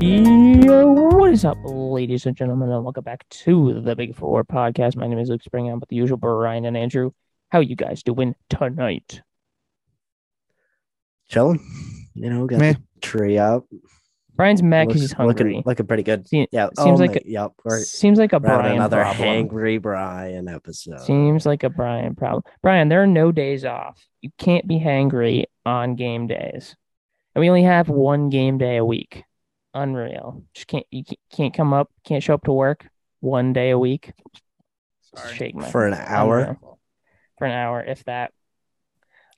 Yo, what is up, ladies and gentlemen, and welcome back to the Big Four podcast. My name is Luke Spring. I'm with the usual Brian and Andrew. How you guys doing tonight? chilling. You know, got Meh. the tree out. Brian's mad because Looks- he's hungry. Looking, looking pretty good. Se- Yeah. seems like my- yep. We're, Seems like a we're having Brian another problem. hangry Brian episode. Seems like a Brian problem. Brian, there are no days off. You can't be hangry on game days, and we only have one game day a week. Unreal. Just can't you can't- can't come up, can't show up to work one day a week. Sorry. Shake my for an hour. Unreal. for an hour, if that.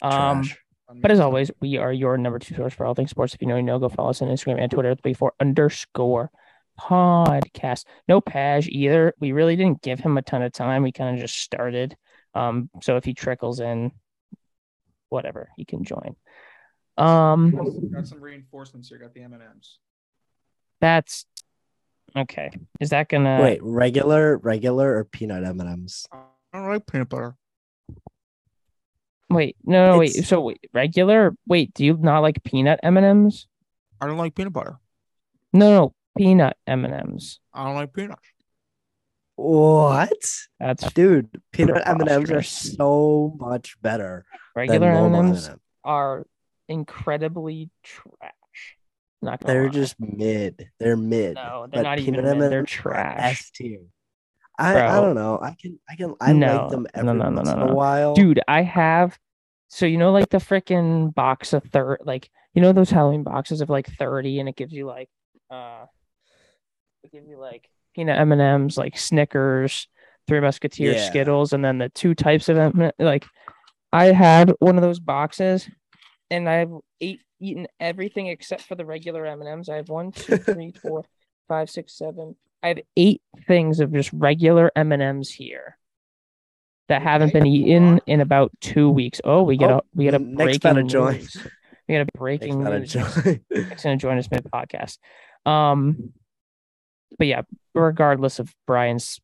Um, Trash. but as always, we are your number two source for all things sports. If you know, you know, go follow us on Instagram and Twitter at the before underscore podcast. No Paj either. We really didn't give him a ton of time. We kind of just started. Um, so if he trickles in, whatever, he can join. Um, got some reinforcements here. Got the M and M's. that's okay. Is that gonna Wait, regular, regular, or peanut M and M's? I don't like peanut butter. Wait, no, no, wait. It's- So wait, regular? Wait, do you not like peanut M and M's? I don't like peanut butter. No, no, peanut M and M's. I don't like peanuts. What, That's dude? Peanut M and M's are Preposterous. so much better regular than M normal and M M's. and are incredibly trash. Not gonna They're lie. just mid. They're mid. no, they're but not even. peanut Mid, M&Ms they're are trash, S tier. I, I Bro. don't know. I can I can I No, like them no, every no, no, once no, in no. a while, dude. I have. So you know, like the freaking box of third, like you know those Halloween boxes of like thirty, and it gives you like, uh, it gives you like peanut M and M's, like Snickers, Three Musketeers, Yeah. Skittles, and then the two types of M. Like, I had one of those boxes, and I've ate eaten everything except for the regular M and M's. I have one, two, three, four, five, six, seven. I have eight things of just regular M and M's here that haven't been eaten in about two weeks. Oh, we get Oh, a we get a Nick's about to breaking join. news. We got a Makes breaking that a news. joy. Nick's gonna join us mid podcast. Um, but yeah, regardless of Brian's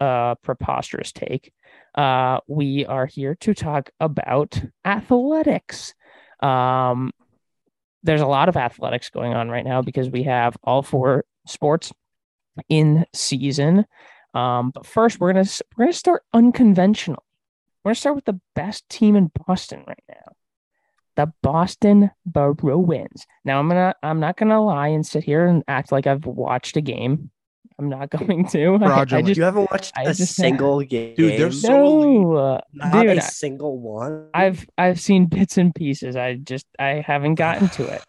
uh preposterous take, uh, we are here to talk about athletics. Um, there's a lot of athletics going on right now because we have all four sports in season. Um, but first, we're gonna s- we're gonna start unconventional. We're gonna start with the best team in Boston right now, the Boston Bruins. Now, I'm gonna I'm not gonna lie and sit here and act like I've watched a game. I'm not going to. I, I Fraudulent. just you haven't watched I a just- single game, Dude, there's so- no, uh, not dude, a I- single one. I've I've seen bits and pieces. I just I haven't gotten to it.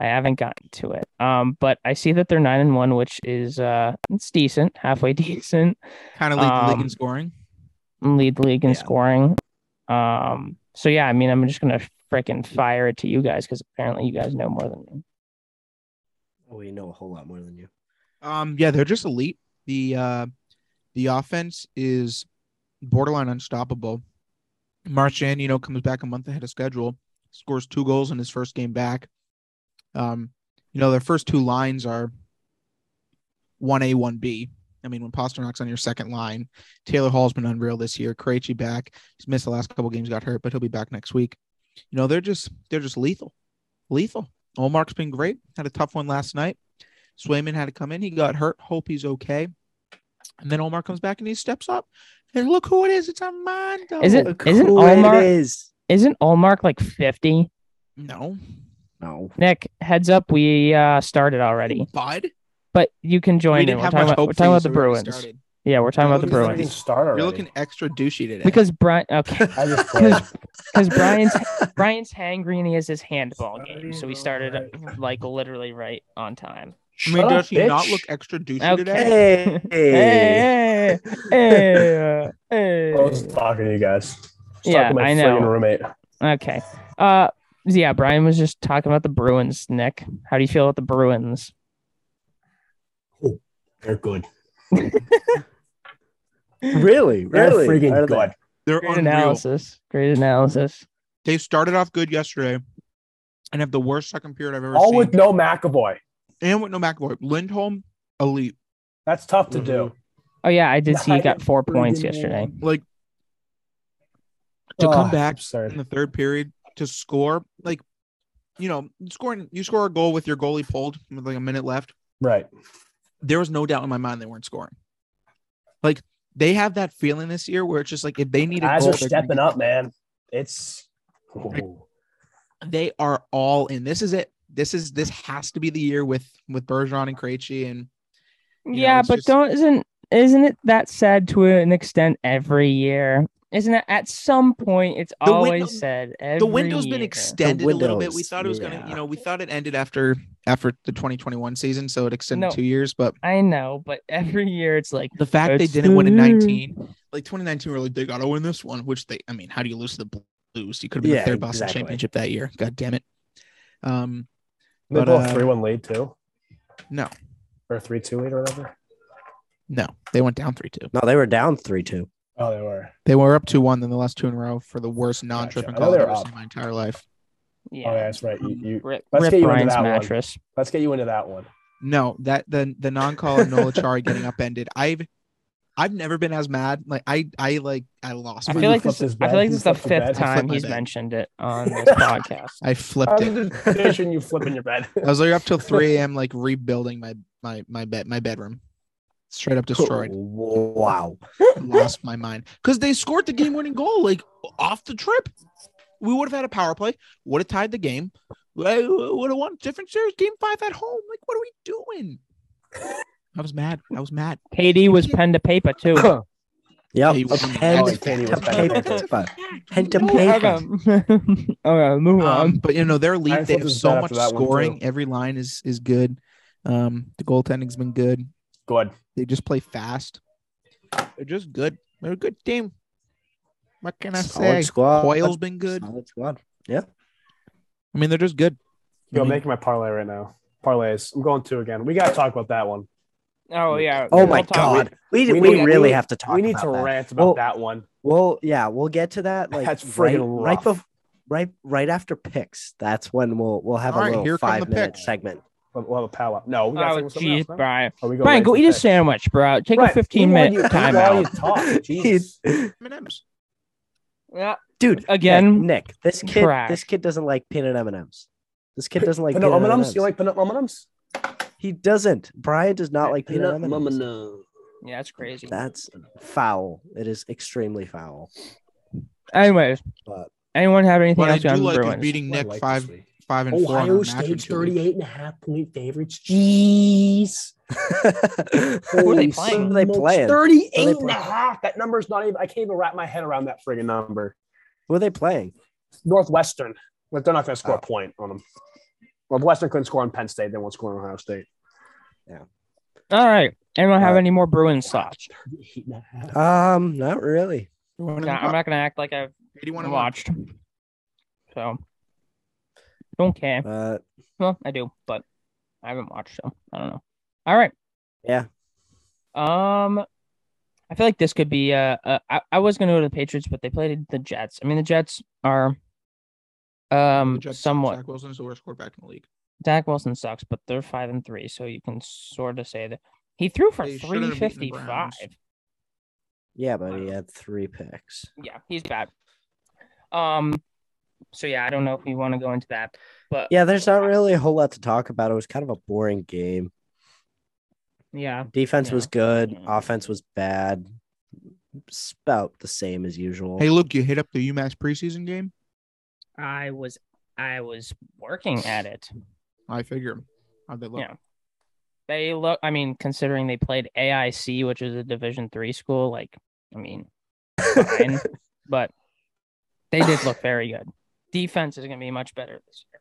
I haven't gotten to it. Um, but I see that they're nine and one, which is uh, it's decent, halfway decent. Kind of lead the league Um, in scoring. Lead the league in Yeah. scoring. Um, so yeah, I mean, I'm just gonna frickin' fire it to you guys because apparently you guys know more than me. we Oh, know a whole lot more than you. Um, yeah, they're just elite. The uh, the offense is borderline unstoppable. Marchand, you know, comes back a month ahead of schedule, scores two goals in his first game back. Um, you know, their first two lines are one A, one B. I mean, when Pasternak's on your second line, Taylor Hall's been unreal this year. Krejci back. He's missed the last couple games, got hurt, but he'll be back next week. You know, they're just they're just lethal, lethal. Olmark's been great. Had a tough one last night. Swayman had to come in. He got hurt. Hope he's okay. And then Omar comes back and he steps up. And look who it is. It's Armando. Is it- Look isn't who it Allmark- is. Isn't Allmark like 50? No. No. Nick, heads up, we uh, started already, Bud? but you can join. we in. didn't We're have talking much about, hope we're for talking you, about the so we already Bruins. started. Yeah, we're talking You're about the looking at Bruins start You're looking extra douchey today. because Brian. Okay, I just because because Brian's Brian's hangry and he has his handball game, so we started like literally right on time. I mean, does he not look extra douchey Okay. today? Hey. Hey, hey, hey, I was talking to you guys. I was Yeah, talking to my I know. friggin' Roommate. Okay. Uh, yeah, Brian was just talking about the Bruins. Nick, how do you feel about the Bruins? They're good. Really? They're Really? Are freaking they- good. They're Great unreal. analysis. Great analysis. They started off good yesterday and have the worst second period I've ever All seen. with no McAvoy. and with no McAvoy. Lindholm, elite. That's tough to do. Oh yeah, I did see you got four points Friggin' yesterday. Like, to come Oh, back in Absurd. the third period to score, like, you know, scoring, you score a goal with your goalie pulled with like a minute left. Right. there was no doubt in my mind they weren't scoring. Like they have that feeling this year where it's just like if they need a Guys goal, are they're gonna stepping get up, one. man. It's Ooh. They are all in. This is it. This is this has to be the year with with Bergeron and Krejci and You know, yeah, it's but just- don't isn't isn't it that said to an extent every year? Isn't it at some point it's The always window- said every the window's been year. extended a little bit. We windows, thought it was gonna, yeah. you know, we thought it ended after after the 2021 season, so it extended No. two years. But I know, but every year it's like the fact they It's didn't win in the year. 19, like 2019, were like they gotta win this one, which they, I mean, how do you lose to the Blues? You could have been Yeah, the third Boston exactly. championship that year. God damn it. Um, They But, blew a uh, three-one lead too. No. or three-two lead or whatever. no, they went down three two. No, they were down three two. Oh, they were. They were up two one, then the last two in a row for the worst non tripping I know call I've Oh, they're ever seen up. in my entire life. yeah, Oh, yeah, that's right. You, you- rip, let's rip get you into Brian's that one. mattress. let's get you into that one. No, that the the non call of Nolachari getting upended. I've I've never been as mad. Like I I like I lost. I my feel like mind. this. flipped his I feel bed. like You this is the flipped fifth your bed. I flipped time my he's bed. mentioned it on this podcast. I flipped it. I'm just picturing you flipping your bed. I uh, was like up till 3 a.m. like rebuilding my my my bed my bedroom. Straight up destroyed. Wow. Lost my mind. Because they scored the game winning goal like off the trip. We would have had a power play, would have tied the game, would have won different series, game five at home. Like, what are we doing? I was mad. I was mad. KD was pen to paper too. Yep. Hey, we- A pen Oh, to Katie was paper. better. Pen to Oh, paper. okay. okay, move Um, on. but you know their lead, Ireland they have was so bad much after that one, too. scoring. Every line is is good. Um, the goaltending's been good. Good. They just play fast. They're just good. They're a good team. What can Uh, I Solid say? squad. Hoyle's been good. Solid squad. I mean, they're just good. I Yo, I'm mean, making my parlay right now. Parlays. I'm going two again. We got to talk about that one. Oh yeah. Oh we'll my talk- god. We, we we, need- really we- have to talk we need about to that. rant about Well- that one. Well, yeah, we'll get to that. Like That's right, friggin' right, rough. bef- right, right after picks. That's when we'll we'll have All a right, little here come the five minute picks. segment. We'll we'll have a powwow. No, we got to Oh jeez, Brian. we Brian, right go to eat the a picks? sandwich, bro. Take Right, a eat fifteen while minute you- eat while you timeout. talk. Jesus. M&Ms. Yeah. Dude, Again, Nick, Nick, this kid, trash. this kid doesn't like peanut M and M's. This kid doesn't like Peanut uh, peanut M&Ms? M&Ms. You like peanut M&Ms? He doesn't. Brian does not like peanut M&Ms. Yeah, that's crazy. That's foul. It is extremely foul. Anyways, But anyone have anything What I else do on the like is Bruins? beating Ooh, I Nick like five this league. five and four. on our Ohio match in State's two weeks. 38 and a half point favorites. Jeez. Who are they Holy playing? Who are they smokes. playing? 38 Who are they and a playing? half. That number's not even, I can't even wrap my head around that friggin' number. who are they playing? Northwestern, but they're not going to score Oh. a point on them. Northwestern couldn't score on Penn State. They won't score on Ohio State. All right. Anyone have Uh, any more Bruins thoughts? 38 and a half. Um, not really. One and Nah, I'm one. not gonna act like I've Eighty-one and one. watched. So don't care. Uh, Well, I do, but I haven't watched, so I don't know. All right. Yeah. Um, I feel like this could be. Uh, uh I, I was gonna go to the Patriots, but they played the Jets. I mean, the Jets are, um, The Jets- somewhat. Zach Wilson is the worst quarterback in the league. Dak Wilson sucks, but they're five and three, so you can sort of say that he threw for They three shouldn't have beaten the fifty Browns. five. yeah, but he had three picks. Yeah, he's bad. Um, so yeah, I don't know if we want to go into that, but Yeah, there's not really a whole lot to talk about. It was kind of a boring game. yeah, Defense was Yeah. good. Yeah. Mm. Offense was bad. It's about the same as usual. Hey, Luke, you hit up the UMass preseason game. I was I was working at it. I figure. How'd they look? Yeah. they look i mean considering they played aic which is a division three school like i mean fine but they did look very good defense is going to be much better this year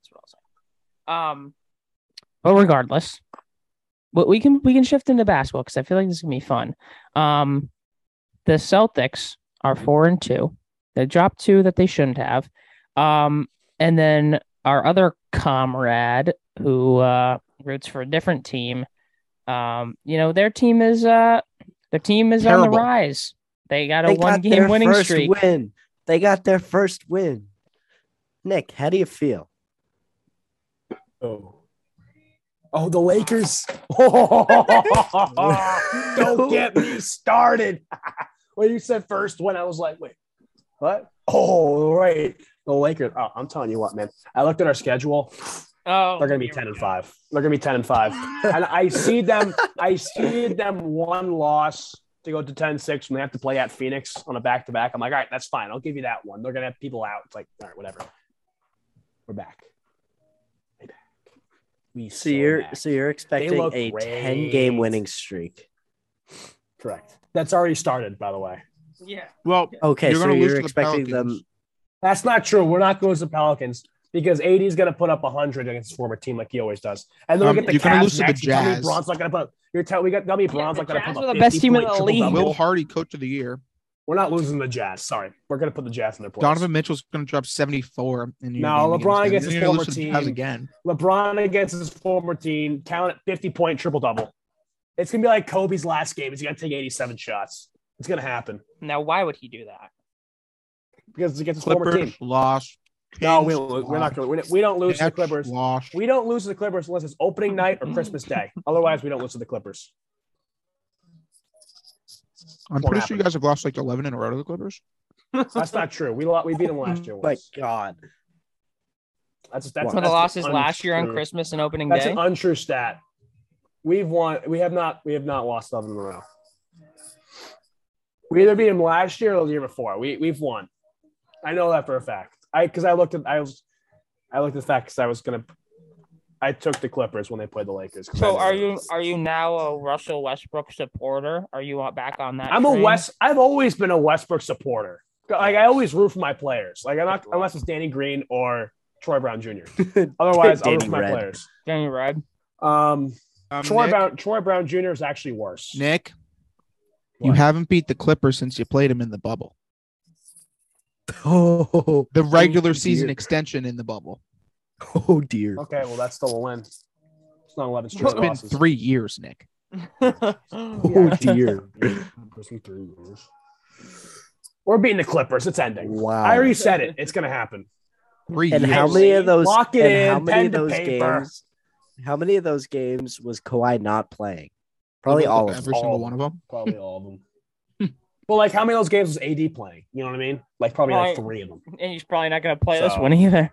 that's what i'll say um but regardless but we can we can shift into basketball because i feel like this is going to be fun um the celtics are four and two they dropped two that they shouldn't have um and then our other comrade who uh roots for a different team. Um, you know, their team is uh their team is on the Terrible. rise. They got a They one got their game winning first streak. Win. They got their first win. Nick, how do you feel? Oh. Oh, the Lakers. Don't get me started. when you said first one, I was like, wait, what? Oh, right. The Lakers. Oh, I'm telling you what, man. I looked at our schedule. Oh, They're going to be here 10 we and go. 5. They're going to be 10 and 5. And I see them I see them one loss to go to 10-6 when they have to play at Phoenix on a back-to-back. I'm like, "All right, that's fine. I'll give you that one." They're going to have people out. It's like, "All right, whatever. We're back." We're back. We So so you're back. so you're expecting look a ten great. game winning streak. correct. That's already started, by the way. Yeah. Well, Okay, You're so gonna lose you're to the expecting them. Pelicans. That's not true. We're not going to the Pelicans because AD is going to put up 100 against his former team like he always does. And then Um, we get the you're gonna Cavs lose to the next. You tell me Jazz. Bron's not going to put. You're telling we got Dummy Bron's the not going to Jazz put up were the a best team in 50-point the league. triple-double. Will Hardy, coach of the year. We're not losing the Jazz. Sorry, we're going to put the Jazz in their place. Donovan Mitchell's going to drop 74. In your No, game against LeBron them. against his You're gonna former lose to the Cavs team. again. LeBron against his former team, count it 50 point triple double. It's gonna be like Kobe's last game. He's gonna take 87 shots. It's gonna happen Now, why would he do that? because it's against his former team. Clippers lost. No, we Kings don't lose. We're lost. not gonna. we don't- We don't lose to the Nets Clippers. Lost. We don't lose to the Clippers unless it's opening night or Christmas Day. Otherwise, we don't lose to the Clippers. I'm What pretty sure you happened? guys have lost like 11 in a row to the Clippers. That's not true. We lo- we beat them last year. My Once. God, That's that's One of the that's losses last year on untrue- Christmas and opening That's day. an untrue stat. We've won. We have not. We have not lost eleven in a row. We either beat him last year or the year before. We we've won. I know that for a fact. I because I looked at I was I looked at the fact because I was gonna. I took the Clippers when they played the Lakers. 'cause I so knew are it. you are you now a Russell Westbrook supporter? Are you on- back on that? I'm a train? West. I've always been a Westbrook supporter. Like I always root for my players. Like I'm not unless it's Danny Green or Troy Brown Jr. Otherwise, I root Danny for my Red. players. Danny Red. Um, Um, Troy Nick, Brown. Troy Brown Jr. is actually worse. Nick, you What? haven't beat the Clippers since you played them in the bubble. oh, The regular season dear. extension in the bubble. oh dear. Okay, well that's still a win. It's not eleven straight It's been losses. three years, Nick. Oh dear. We're beating the Clippers. It's ending. Wow. I already said it. It's gonna happen. Three and years. how many of those? Lock it and in, how many pen of to those paper. games? How many of those games was Kawhi not playing? Every Probably all of Every them. single All one of them. Probably all of them. but like, how many of those games was AD playing? You know what I mean? Like probably like Right. three of them. and he's probably not going to play this So- one either.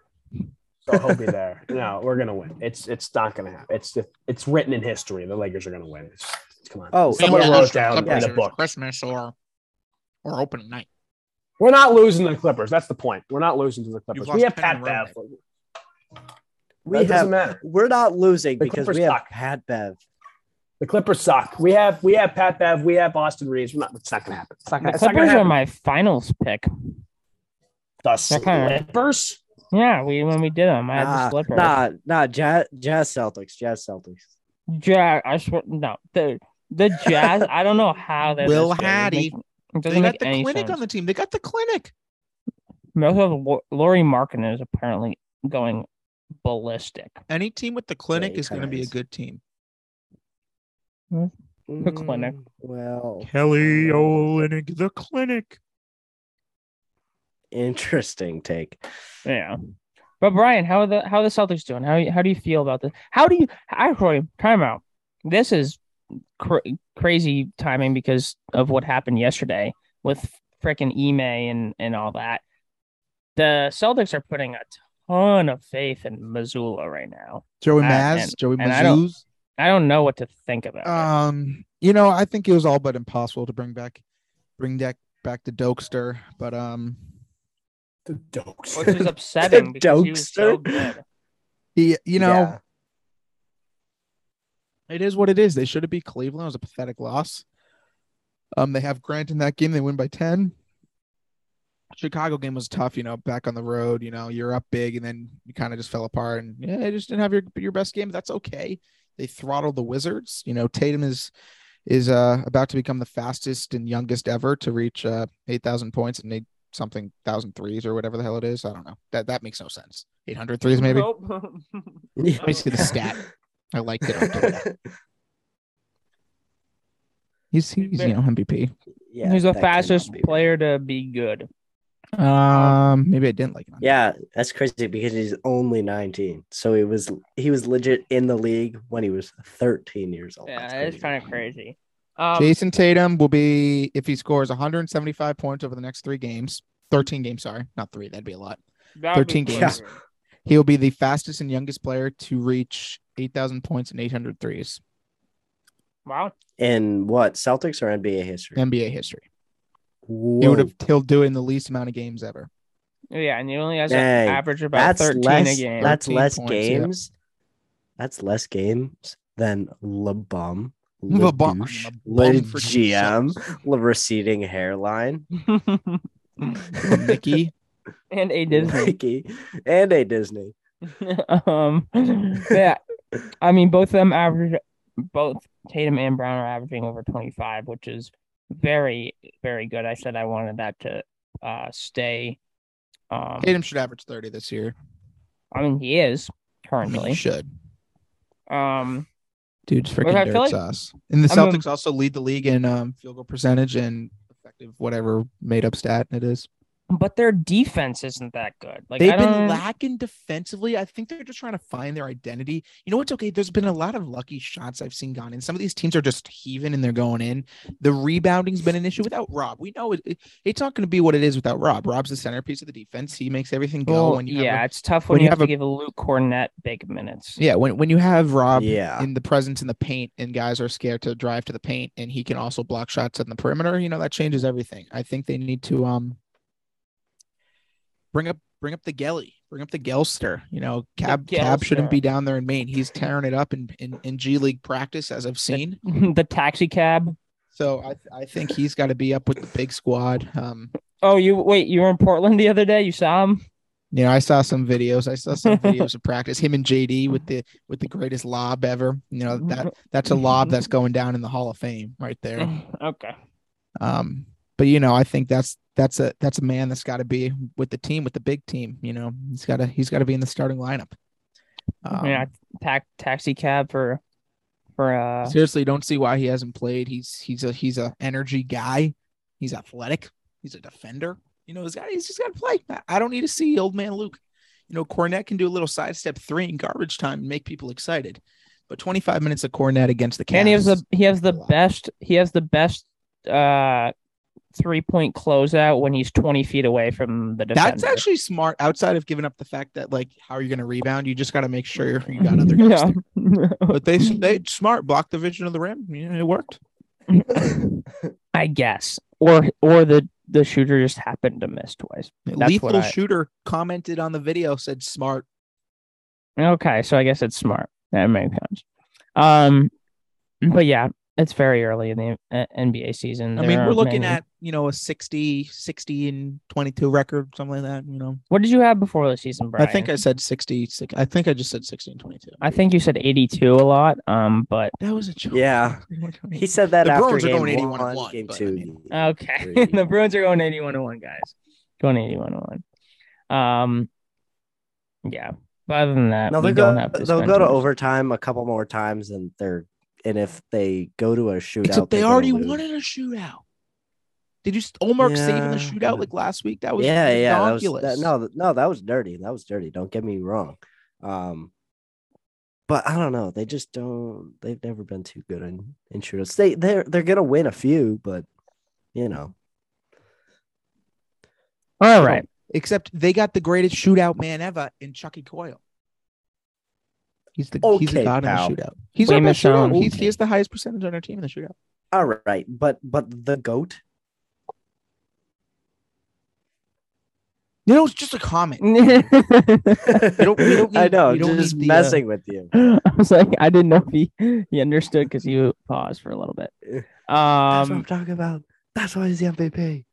So he'll be there. No, we're gonna win. It's it's not gonna happen. It's it's written in history. The Lakers are gonna win. It's, come on. Oh, someone yeah. wrote it down in a Clippers book. Christmas or or open night. We're not losing to the Clippers. That's the point. We're not losing to the Clippers. lost We have 10 in a Pat row, Bev. We that have. doesn't matter. We're not losing The because Clippers we have suck. Pat Bev. The Clippers suck. We have we have Pat Bev. We have Austin Reeves. We're not, it's not gonna happen. It's not The gonna, it's not Clippers gonna are happen. my finals pick. The they're kinda- Clippers. Yeah, we when we did them, I had the Nah, slipper. Ah, nah, nah. Jazz, jazz Celtics. Jazz Celtics. Ja- I swear, no, the the Jazz. I don't know how they. Will Hattie. It doesn't They got make the any clinic sense. on the team. They got the clinic. Most of Lo- Laurie Markkinen is apparently going ballistic. Any team with the clinic he is going to kinda be a is. good team. The clinic. Mm, Well, Kelly Olynyk, the clinic. interesting take. Yeah. But Brian, how are the how are the Celtics doing? How how do you feel about this? How do you I Roy, time out. This is cra- crazy timing because of what happened yesterday with frickin' Ime and and all that. The Celtics are putting a ton of faith in Missoula right now. Joey Uh, Maz, and- Joey and I don't- Mazuz. I don't know what to think about. it. Um, you know, I think it was all but impossible to bring back, bring back back the Dokester, but um, The which Dokes. is upsetting because he was so Dokester. good. he, you know, Yeah. It is what it is. They should have beat Cleveland. It was a pathetic loss. Um, they have Grant in that game. They win by ten. Chicago game was tough. You know, back on the road. You know, you're up big, and then you kind of just fell apart. And yeah, they just didn't have your your best game. That's okay. They throttled the Wizards. You know, Tatum is is uh about to become the fastest and youngest ever to reach uh eight thousand points and eight something thousand threes or whatever the hell it is. I don't know. That that makes no sense. Eight hundred threes maybe. Nope. Let me see the stat. I liked it. on Twitter. He's he's you know MVP. yeah, He's the that cannot fastest be right. player to be good. Um, maybe I didn't like it. Yeah, that's crazy because he's only 19. So he was he was legit in the league when he was 13 years old. That's Yeah, it's crazy. kind of crazy. Um, Jason Tatum will be if he scores 175 points over the next three games, 13 games. Sorry, not three. That'd be a lot. that would 13 be games. crazy. He will be the fastest and youngest player to reach 8,000 points and 800 threes Wow. In what Celtics or NBA history? in NBA history. He Whoa, would have, he'll do it in the least amount of games ever. Yeah, and he only has Dang. an average of about that's thirteen less. a game. That's 13 less points, yeah. games. That's less games than LeBum, The bomb- LeDouche, the bomb for LeGM, Le receding hairline, Mickey. and a Disney. Mickey, and a Disney. um, yeah, I mean both of them average. Both Tatum and Brown are averaging over twenty five, which is very very good. I said I wanted that to uh stay. Um, Tatum should average 30 this year. I mean he is I mean, he currently. should. Um, Dude's But I freaking dirt feel like- sauce. And the I mean- Celtics also lead the league in um, field goal percentage and effective whatever made up stat it is. but their defense isn't that good. Like I They've don't- been lacking defensively. I think they're just trying to find their identity. You know what's okay? There's been a lot of lucky shots I've seen gone in. Some of these teams are just heaving and they're going in. The rebounding's been an issue without Rob. We know it, it- it's not going to be what it is without Rob. Rob's the centerpiece of the defense. He makes everything go. Well, when you have yeah, a- it's tough when, when you, you have, have a- to give Luke Cornett big minutes. yeah. When when you have Rob Yeah, in the presence in the paint and guys are scared to drive to the paint and he can also block shots on the perimeter you know that changes everything i think they need to um bring up bring up the gelly bring up the gelster you know cab cab shouldn't Gelster. be down there in maine he's tearing it up in, in in g league practice as i've seen the taxi cab. so i i think he's got to be up with the big squad um Oh, you wait. You were in Portland the other day. You saw him. you know i saw some videos i saw some videos of practice him and jd with the with the greatest lob ever you know that that's a lob that's going down in the hall of fame right there okay. Um, but you know, I think that's that's a that's a man that's got to be with the team, with the big team. You know, he's got to he's got to be in the starting lineup. Um, yeah, ta- taxi cab for for uh. seriously, don't see why he hasn't played. He's he's a he's a energy guy. He's athletic. He's a defender. You know, he's got he's just got to play. I- I don't need to see old man Luke. You know, Cornette can do a little sidestep three in garbage time and make people excited. But 25 minutes of Cornette against the Cavs. And he has the he has the Wow. best he has the best uh three point closeout when he's twenty feet away from the defender. That's actually smart. Outside of giving up the fact that like how are you going to rebound, you just got to make sure you got other guys. there. But they they smart blocked the vision of the rim. You know, it worked. I guess, or or the the shooter just happened to miss twice. That's what Lethal I- shooter commented on the video said smart. Okay, so I guess it's smart. That makes sense. Um, but yeah, it's very early in the uh, NBA season. I There mean, we're aren't looking many- at you know a 60, 60 and twenty two record, something like that. You know, what did you have before the season, Brian? I think I said sixty. six- I think I just said sixty and twenty two. I think you said eighty-two a lot. Um, but That was a joke. Yeah. he said that The after Bruins are game going 81 one, and one, game but, I two. mean- Uh, okay, Three. the Bruins are going eighty-one to one, guys. Going eighty-one to one. Um, yeah. But other than that, No, we they'll don't go. have They'll go to suspensions. overtime a couple more times, and they're and if they go to a shootout, Except they they're gonna already lose. wanted a shootout. Did you Omar saving the Yeah. shootout like last week? That was yeah, yeah. That was, ridiculous. that- no, th- no, that was dirty. That was dirty. Don't get me wrong. Um, but I don't know. They just don't. They've never been too good in, in shootouts. They they're they're gonna win a few, but you know, All right. except they got the greatest shootout man ever in Chucky Coyle. He's the he's the Okay, god pal. in the shootout. He's Wait our a best minute, shootout. Sean. He's, he has the highest percentage on our team in the shootout. all right. But but the goat. You know, it's just a comment. don't- you don't I need- know. you don't just need the, uh, messing with you. I was like, I didn't know if he, he understood because you paused for a little bit. That's what Um, I'm talking about. That's why he's the MVP.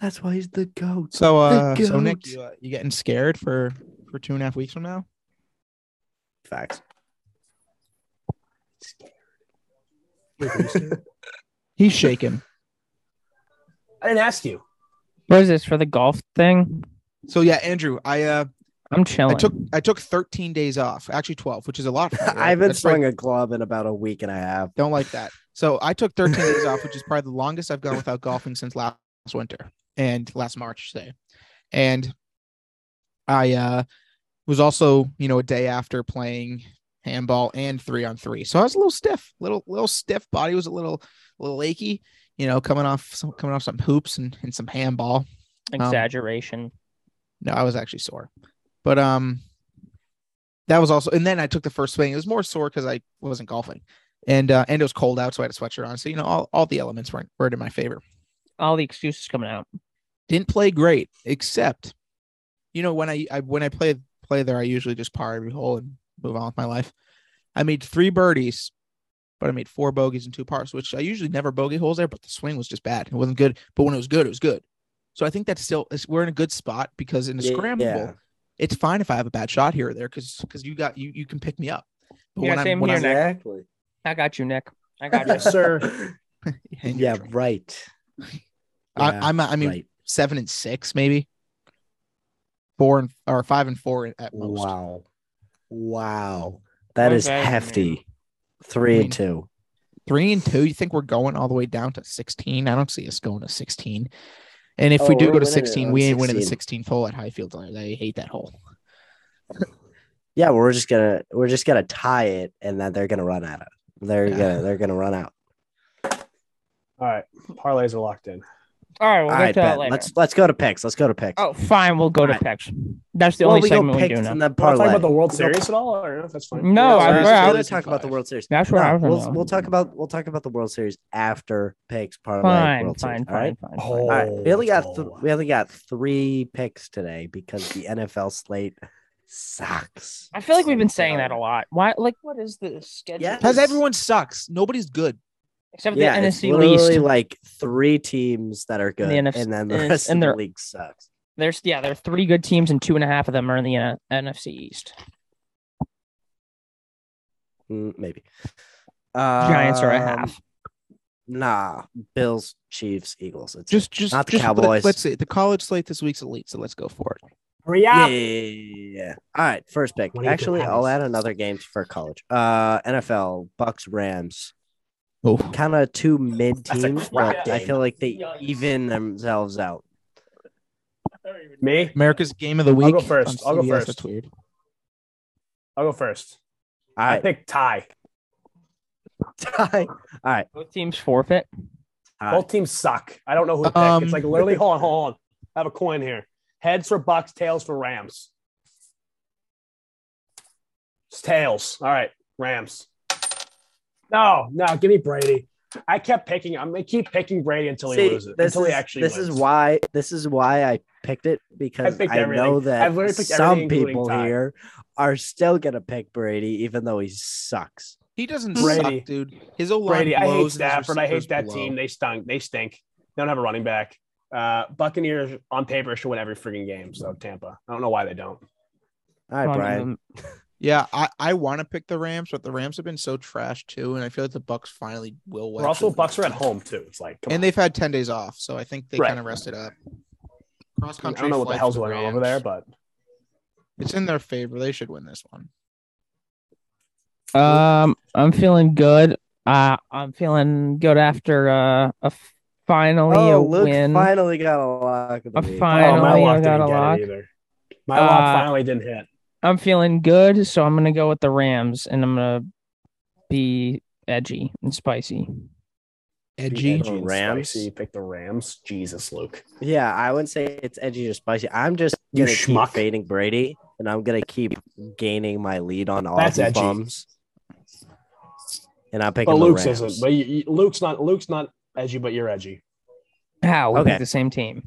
That's why he's the goat. So, uh, The so Nick, goat. you, uh, you getting scared for for two and a half weeks from now? Facts. He's shaking. I didn't ask you. what is this for the golf thing? So yeah, Andrew, I uh, I'm I chilling. took I took 13 days off, actually 12, which is a lot. For me, right? I haven't That's right. swung a club in about a week and a half. Don't like that. So I took 13 days off, which is probably the longest I've gone without golfing since last winter and last March, say. And I uh, was also, you know, a day after playing handball and three on three. So I was a little stiff, little little stiff. Body was a little little achy, you know, coming off some coming off some hoops and, and some handball. Exaggeration. No, I was actually sore. But um that was also, and then I took the first swing. It was more sore because I wasn't golfing, and uh, and it was cold out, so I had a sweatshirt on. So you know, all, all the elements weren't weren't in my favor. All the excuses coming out. Didn't play great, except, you know, when I, I when I play play there, I usually just par every hole and move on with my life. I made three birdies, but I made four bogeys and two pars, which I usually never bogey holes there. But the swing was just bad; it wasn't good. But when it was good, it was good. So I think that's still it's- we're in a good spot because in a Yeah, scramble, yeah. it's fine if I have a bad shot here or there because because you got you you can pick me up. But Yeah, when same I'm when here, I'm, Nick. Exactly. I got you, Nick. I got you. Yes, sir. and you're Yeah, drunk. right. I, Yeah, I'm I mean right. seven and six maybe, four and or five and four at most. Wow. Wow. that is Okay, I mean- hefty. Three I mean- and two. Three and two. You think we're going all the way down to sixteen? I don't see us going to sixteen. And if we Oh, do we're go to winning it sixteen, on we ain't winning the 16. sixteenth hole at Highfield. I I hate that hole. Yeah, we're just gonna we're just gonna tie it and then they're gonna run out of they're Yeah. gonna they're gonna run out. All right, parlays are locked in. All right, we'll All get right, to that Ben, later. let's let's go to picks. Let's go to picks. Oh, fine. We'll go to Alright. picks. That's the Well, only we go segment we do picks now. and then We're not parlay. talking about the World We'll go- Series at all, or no? That's fine. No, World I'm- Series. we're I gonna was- talk about the World Series. That's what I was we'll, gonna- we'll talk about we'll talk about the World Series after picks parlay Fine, World fine, fine, Series. All right. fine. Oh. All right, we only got th- Oh. we only got three picks today because the NFL slate sucks. I feel like So we've been saying bad. that a lot. Why? Like, what is the schedule? Yeah. Because Yes. everyone sucks. Nobody's good. Except yeah, the it's NFC literally least. like three teams that are good, the NFC and then the and- rest and of they're- the league sucks. There's yeah, there are three good teams, and two and a half of them are in the N- NFC East. Mm, maybe Giants are a Um, half. Nah, Bills, Chiefs, Eagles. It's Just just Not the just let- Cowboys. let's see. The college slate this week's elite, so let's go for it. Hurry yeah, up. yeah, yeah, yeah, yeah. All right, first pick. What do you do, Actually, I'll Haggis? add another game for college. Uh, NFL, Bucks, Rams. Oh, Kind of two mid That's a teams, crap but I game. feel like they Yikes. even themselves out. Me? America's game of the week. I'll go first. on I'll go CBS. first. That's weird. I'll go first. All I right, pick tie. tie. All right, Both teams forfeit. All Both teams suck. I don't know who to pick. Um, it's like literally, hold on, hold on. I have a coin here. Heads for Bucks, tails for Rams. It's tails. All right, Rams. No, no, give me Brady. I kept picking. I'm gonna keep picking Brady until he See, loses. This until is, he actually this wins. is why this is why I picked it because I, picked know everything. I've that literally picked some everything, including people Ty. here are still gonna pick Brady even though he sucks. He doesn't Brady. suck, dude. His O line Brady. I hate blows, his Stafford. I hate receivers that blow. team. They stunk. They stink. They don't have a running back. Uh, Buccaneers on paper should win every freaking game. So Tampa. I don't know why they don't. All right, One of Brian. them- Yeah, I, I want to pick the Rams, but the Rams have been so trash too, and I feel like the Bucks finally will. We're also actually- Bucks are at home too. It's like come and on. they've had ten days off, so I think they Right. kind of rested up. Cross I country. don't know what the hell's going on over there, but it's in their favor. They should win this one. Um, I'm feeling good. Uh, I'm feeling good after uh, a f- finally a Oh, Luke win. finally got a lock of the A week. fine- I oh, my know, I lock got a didn't get lock. it either. My Uh, lock finally didn't hit. I'm feeling good, so I'm gonna go with the Rams, and I'm gonna be edgy and spicy. Edgy. edgy. Rams? Rams. Pick the Rams. Jesus, Luke. Yeah, I wouldn't say it's edgy or spicy. I'm just You gonna keep schmuck. fading Brady, and I'm gonna keep gaining my lead on all That's the edgy. bums. And I'm picking But the Luke's Rams. isn't. But you, you- Luke's not. Luke's not edgy, but you're edgy. How? We Okay. picked the same team.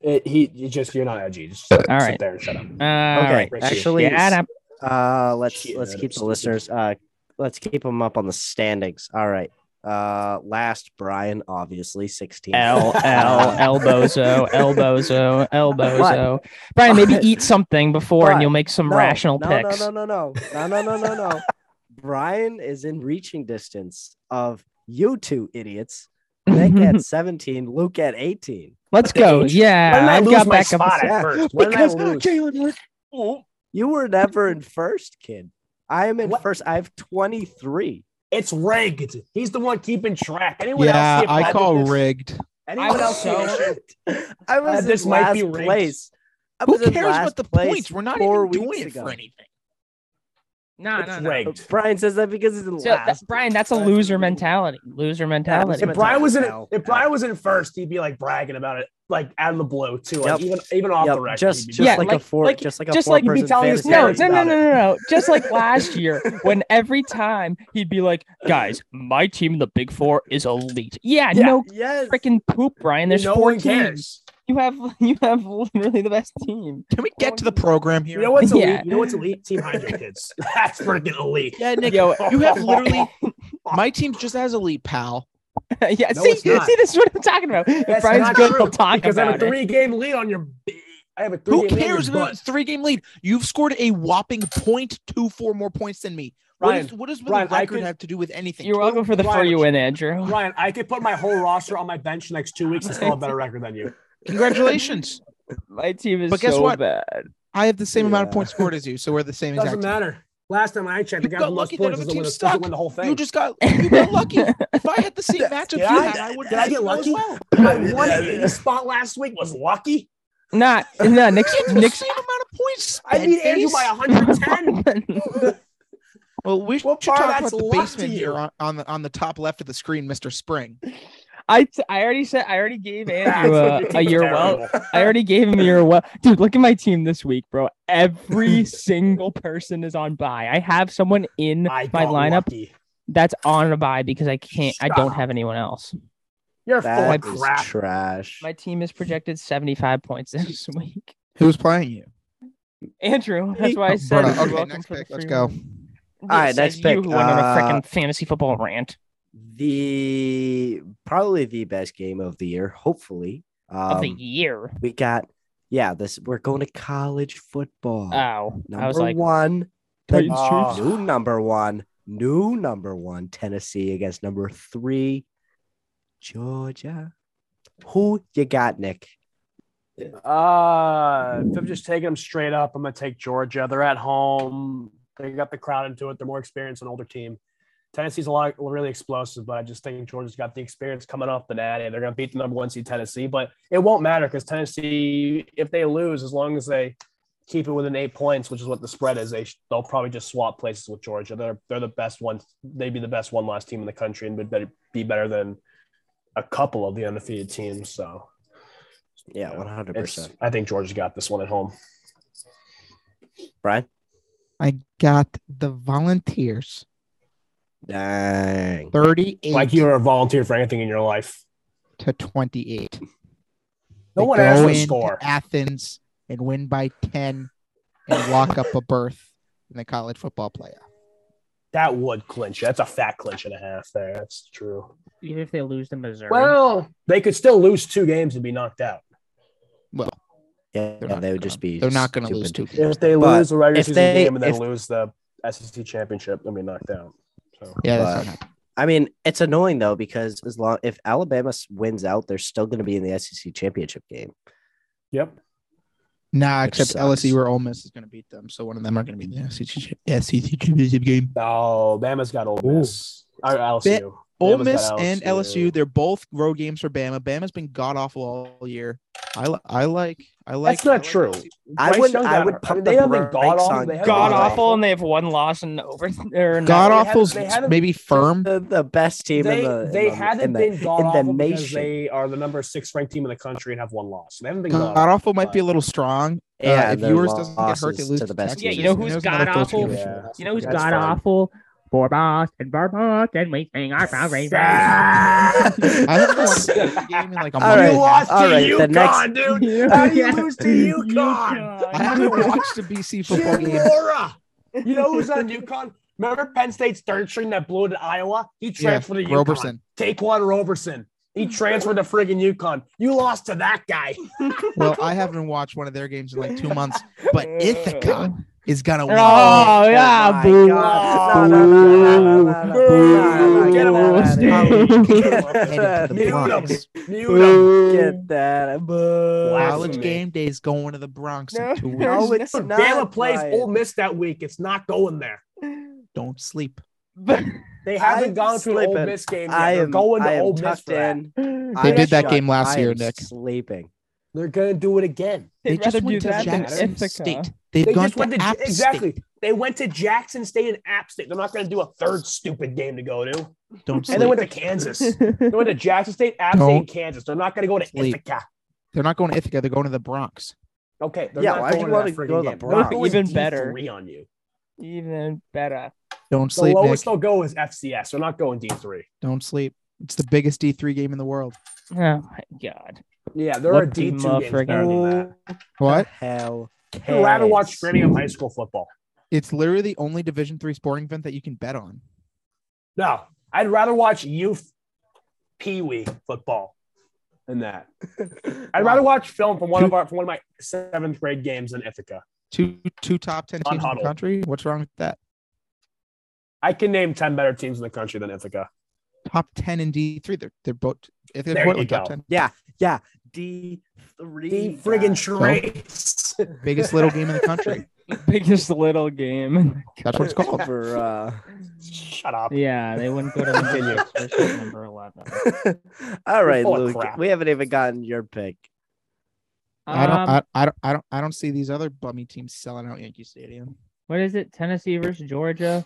It, he you just you're not edgy. Just sit All right. there and shut up. Uh, all right. Richie. actually, Yeah, and Uh, let's Shit, let's that keep is the stupid. listeners. Uh, let's keep them up on the standings. All right. Uh, last Brian, obviously sixteen. L L elbozo elbozo elbozo. What? Brian, maybe What? eat something before, and What? you'll make some rational no, picks. No, no, no, no, no, no, no, no, no. Brian is in reaching distance of you two idiots. Nick at seventeen, Luke at eighteen. Let's go. Age. Yeah, When did I I've lose got my back up. spot at first? When did I lose? Hurts. Oh, You were never in first, kid. I am in What? first. I have twenty three. It's rigged. He's the one keeping track. Anyone yeah, else? see a I problem call with this? rigged. Anyone I else? see an so- issue? Uh, I was this in might last be rigged. place. I Who was in cares last about the place points? We're not four even doing it weeks ago. Oh, for anything. No, no, It's no. rigged. Brian says that because he's in So, that- last. Brian, that's a That's loser rigged. mentality. Loser Yeah, mentality. loser If Brian was in, No. if Brian was in first, he'd be like bragging about it. like out of the blue too. Yep. Like even even off Yep, the record. just he'd be just Yeah, like, like, a like- four, like- just like a just like you'd be four-person telling us fantasy No, Sorry no, football no, no, about no, no. Just like last year, when every time he'd be like, "Guys, my team in the Big Four is elite." Yeah, Yeah. no Yes. freaking poop, Brian. There's no four one teams. cares. You have you have literally the best team. Can we get to the program here? You know what's elite? Yeah. You know what's elite? Team Hydro kids. That's freaking elite. Yeah, Nick, Yo, you have literally my team's just as elite, pal. yeah, No, see, it's not. see, this is what I'm talking about. If That's Brian's not good, true, he'll talk because I have about a it. three game lead on your. b- I have a three Who game lead. on cares your about a butt. three game lead? You've scored a whopping 0.24 more points than me. What Ryan, is what does the Ryan, I record could- have to do with anything? You're welcome for the Brian, free win, Andrew. Ryan, I could put my whole roster on my bench the next two weeks and still have a better record than you. Congratulations. My team is But guess so what? bad. I have the same amount of Yeah. points scored as you, so we're the same Doesn't exact. team. matter. Last time I checked, the You guy got who lost lucky that points other doesn't team win, the- sucked. doesn't win the whole thing. You just got you got lucky. If I had the same matchup you Did I- had, I would did I get lucky? as well. my one eighty spot last week was lucky. Not no, Nick's It's the Nick's. same amount of points. I beat Andrew Bedface. by hundred ten. uh, Well, we What should part talk that's about the luck to basement you? here on, on the on the top left of the screen, Mr. Spring. I I already said I already gave Andrew a, a year well. well. I already gave him a year well. Dude, look at my team this week, bro. Every single person is on buy. I have someone in I my got lineup lucky. that's on a buy because I can't. I Shut don't up. have anyone else. You're full of That is crap. trash. My team is projected seventy five points this week. Who's playing you? Andrew, that's why I said Bruh, you're Oh, uh, okay, welcome next for the pick. Let's free go. win. Yeah, All right, said next you pick. who went on a Uh, freaking fantasy football rant The probably the best game of the year, hopefully. of the Um, year. we got yeah. This we're going to college football. Oh, I was number like, one, Titans, Ah. Chiefs. new number one, new number one, Tennessee against number three, Georgia. Who you got, Nick? Uh, if I'm just taking them straight up, I'm gonna take Georgia. They're at home. They got the crowd into it. They're more experienced, an older team. Tennessee's a lot really explosive, but I just think Georgia's got the experience coming off the that, and they're gonna beat the number one seed Tennessee. But it won't matter because Tennessee, if they lose, as long as they keep it within eight points, which is what the spread is, they sh- they'll probably just swap places with Georgia. They're they're the best one. They'd be the best one last team in the country, and would better be better than a couple of the undefeated teams. So Yeah, Yeah, one hundred it's, percent. I think Georgia's got this one at home. Brian. I got the Volunteers. Dang. Thirty-eight Like you are a volunteer for anything in your life. to twenty-eight. No They one asked go for a into score. Athens and win by ten and lock up a berth in the college football playoff. That would clinch. it. That's a fat clinch and a half there. That's true. even if they lose to Missouri, Well, they could still lose two games and be knocked out. Well, Yeah, they're not they would gonna- just be. they're not going to lose two stupid. games. If they But lose the regular if season they- game and then if- lose the SEC championship, they'll be knocked out. So Yeah, that's But- not happening. I mean, it's annoying though because as long if Alabama s- wins out, they're still going to be in the SEC championship game. yep. Nah, Which except sucks. LSU or Ole Miss is going to beat them, so one of them are going to be in the SEC championship game. Oh, Bama's got Ole Miss. Or LSU. Bama's Ole got Miss and LSU, they're both road games for Bama. Bama's been god awful all year. I li- I like I like. That's not I like true. LSU. I Bryce would- Young I got would hurt. pump they the haven't been brakes god awful. on They haven't god been awful, and they have one loss in over or not. God they awful's haven't- they haven't- maybe firm. The, the best team they, in the they in the, haven't in the- been god awful because nation. they are the number six ranked team in the country and have one loss. They haven't been god God awful might be a little strong. Uh, yeah, if their yours doesn't get hurt, losses they lose to the best. Texas. Yeah, team. you know who's There's another god close awful? game. Yeah. You know who's That's god fine. awful? For Boston, for Boston, we sing our proud rain. I haven't watched a game in like a All month. right. and a half. All right, the next- dude. Yeah. I haven't watched a BC football game. Laura. You know who's on UConn? Remember Penn State's third string that blew it to Iowa? He Yeah, transferred to UConn. Roberson. Taquan Roberson. He transferred to friggin' UConn. You lost to that guy. Well, I haven't watched one of their games in like two months, but Ithaca is gonna win. Oh, yeah, my boo. God. No, no, no, no, no, no, Boo. no, no, no, no, Get him no, out of no, here. Get him no, no, no, no. to the Mute Bronx. him. Mute him. Get that. Boo. College Blasphemy. game day is going to the Bronx No. in two weeks. No, it's Dude, not. Bama plays right. Ole Miss that week. It's not going there. Don't sleep. They haven't I'm gone to an Ole sleeping. Miss game yet. I They're am going I to am Ole Miss tucked for that. in. They I did that shut- game last I year, am Nick. Sleeping. They're gonna do it again. They They'd rather just went do to that than Jackson Ithaca. State. They've They gone just went to App exactly. State. They went to Jackson State and App State. They're not gonna do a third stupid game to go to. Don't sleep. And they went to Kansas. They went to Jackson State, App State, Don't and Kansas. They're not gonna go to sleep. Ithaca. They're not going to Ithaca. They're going to the Bronx. Okay. they're Yeah, not why do going you wanna that friggin' go to the game. They're Bronx? not going Even better. D3 on you. Even better. Don't The sleep. lowest Nick. they'll go is FCS. They're not going D three. Don't sleep. It's the biggest D3 game in the world. Oh my god. Yeah, there are Lucky D two games better than that. What? Hell. I'd rather watch cares? Framingham High School football. It's literally the only Division three sporting event that you can bet on. No, I'd rather watch youth pee wee football than that. I'd rather watch film from one of our from one of my seventh grade games in Ithaca. Two two top ten On teams in the huddle. country. What's wrong with that? I can name ten better teams in the country than Ithaca. Top ten in D three. They're they're both if they're There both you in top go. ten. Yeah. D three. The friggin' guys. charades. Biggest little game in the country. Biggest little game. That's what it's called. For, uh, Shut up. yeah, they wouldn't go to Continue. the District number eleven. All right, full of Luke. crap. We haven't even gotten your pick. I don't Um, I, I don't I don't I don't see these other bummy teams selling out Yankee Stadium. what is it? Tennessee versus Georgia.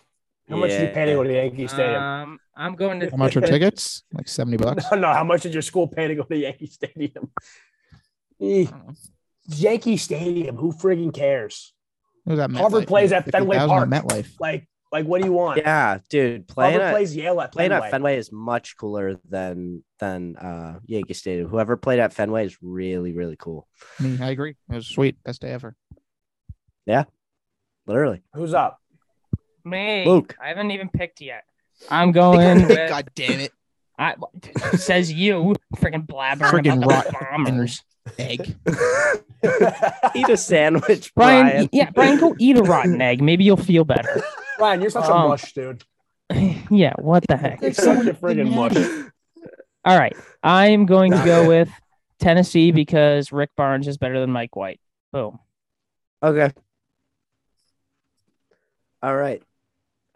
How much did you pay to go to Uh, Yankee Stadium? Um, I'm going to How much are tickets? Like seventy bucks. no, no. How much did your school pay to go to Yankee Stadium? I Eh, don't know. Yankee Stadium. Who friggin' cares? It was at Harvard MetLife. plays at Fenway 50,000 Park. at MetLife. Like, like, what do you want? Yeah, dude. Playing Harvard at, plays Yale at playing Fenway. at Fenway is much cooler than than uh, Yankee Stadium. Whoever played at Fenway is really really cool. I mean, I agree. It was sweet. Best day ever. Literally, Who's up? Me. Luke. I haven't even picked yet. I'm going with God damn it. I, says you freaking blabbering Friggin' about the rotten. bombers. Egg. eat a sandwich, Brian, Brian. yeah, Brian, go eat a rotten egg. Maybe you'll feel better. Ryan, you're such Um, a mush, dude. yeah, what the heck? You're such a friggin' mush. All right, I am going to go with Tennessee because Rick Barnes is better than Mike White. Boom. Okay. All right.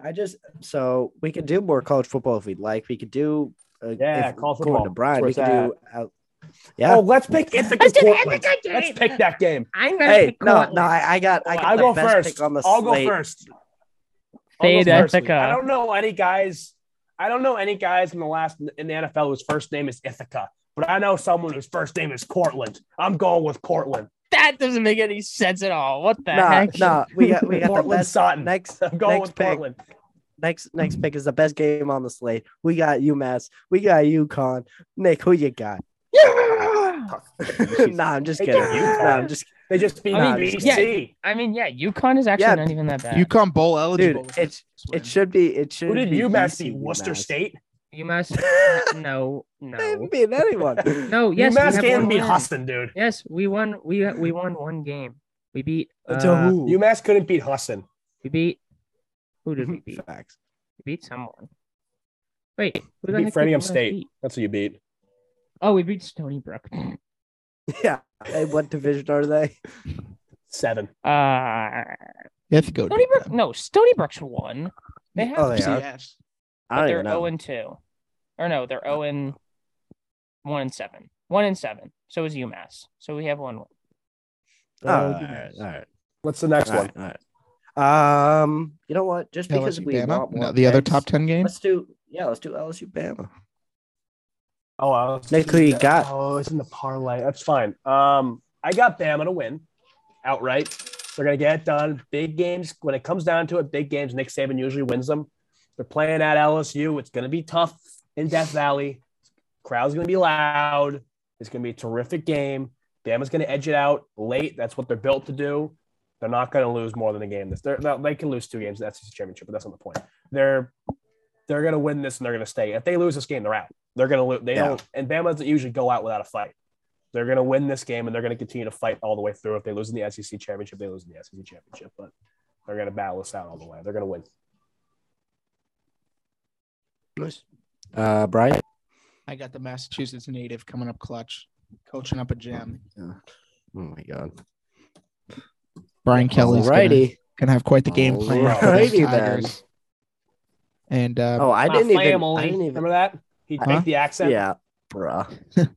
I just so we could do more college football if we'd like. We could do uh, Yeah, if college going football. to Brian. We That's could where do out, yeah. Oh, let's pick Ithaca. Let's do the Portland. Ithaca game. Let's pick that game. I'm gonna hey, pick no, Cortland. no, I, I got I got I'll the go best first. pick on the I'll go slate. first. I'll go Fade first. Ithaca. I don't know any guys. I don't know any guys in the last in the NFL whose first name is Ithaca, but I know someone whose first name is Cortland. I'm going with Cortland. That doesn't make any sense at all. What the No, heck? no, we got we got the Cortland best Sutton. next I'm going next with pick. Cortland. Next next pick is the best game on the slate. We got UMass. We got UConn. Nick, who you got? Yeah! nah, I'm just Hey, kidding. UConn. Nah, I'm just They just beat I I mean, BC. I mean, yeah, UConn is actually Yeah, not even that bad. UConn bowl eligible. dude. was It this win. it should be it should. Who did be UMass BC beat? Worcester UMass. State. UMass? no, no, Didn't beat anyone. no. Yes, we UMass have can't one beat win. Huston, dude. Yes, we won. We we won one game. We beat. Uh, to who? UMass couldn't beat Huston. We beat. Who did we beat? Facts. We beat someone. Wait, who We the heck beat did Framingham UMass State. beat? That's who you beat. Oh, we beat Stony Brook. Uh, Yeah. Hey, what division are they? Seven. Uh, Ithaca. Stony Brook. No, Stony Brook's won. They have. Oh, they to, are. Yes. but I don't they're even know. zero and two, or no, they're zero and one and seven. One and seven. So is UMass. So we have one. win. Oh, all right, all right, Uh, What's the next all one? right, all right. Um, you know what? Just because LSU we Bama. want more No, the other picks, top ten game. Let's do yeah. Let's do LSU Bama. Oh, I was Nick, who you got? Oh, it's in the parlay. That's fine. Um, I got Bama to win outright. They're gonna get it done. Big games. When it comes down to it, big games. Nick Saban usually wins them. They're playing at LSU. It's gonna be tough in Death Valley. Crowd's gonna be loud. It's gonna be a terrific game. Bama's gonna edge it out late. That's what they're built to do. They're not gonna lose more than a game. This they're, they can lose two games in the SEC championship, but that's not the point. They're they're gonna win this and they're gonna stay. If they lose this game, they're out. They're gonna lose. They Yeah. don't. And Bama doesn't usually go out without a fight. They're gonna win this game and they're gonna continue to fight all the way through. If they lose in the SEC championship, they lose in the SEC championship. But they're gonna battle us out all the way. They're gonna win. Nice. Uh, Brian. I got the Massachusetts native coming up clutch, coaching up a jam. Oh my God. Brian Kelly's gonna, Alrighty. gonna have quite the game plan. for those Alrighty then. Tigers. And uh, Oh, I Ah, didn't even. Flam I only. didn't even. Remember that? He Huh? picked the accent. Yeah, bruh.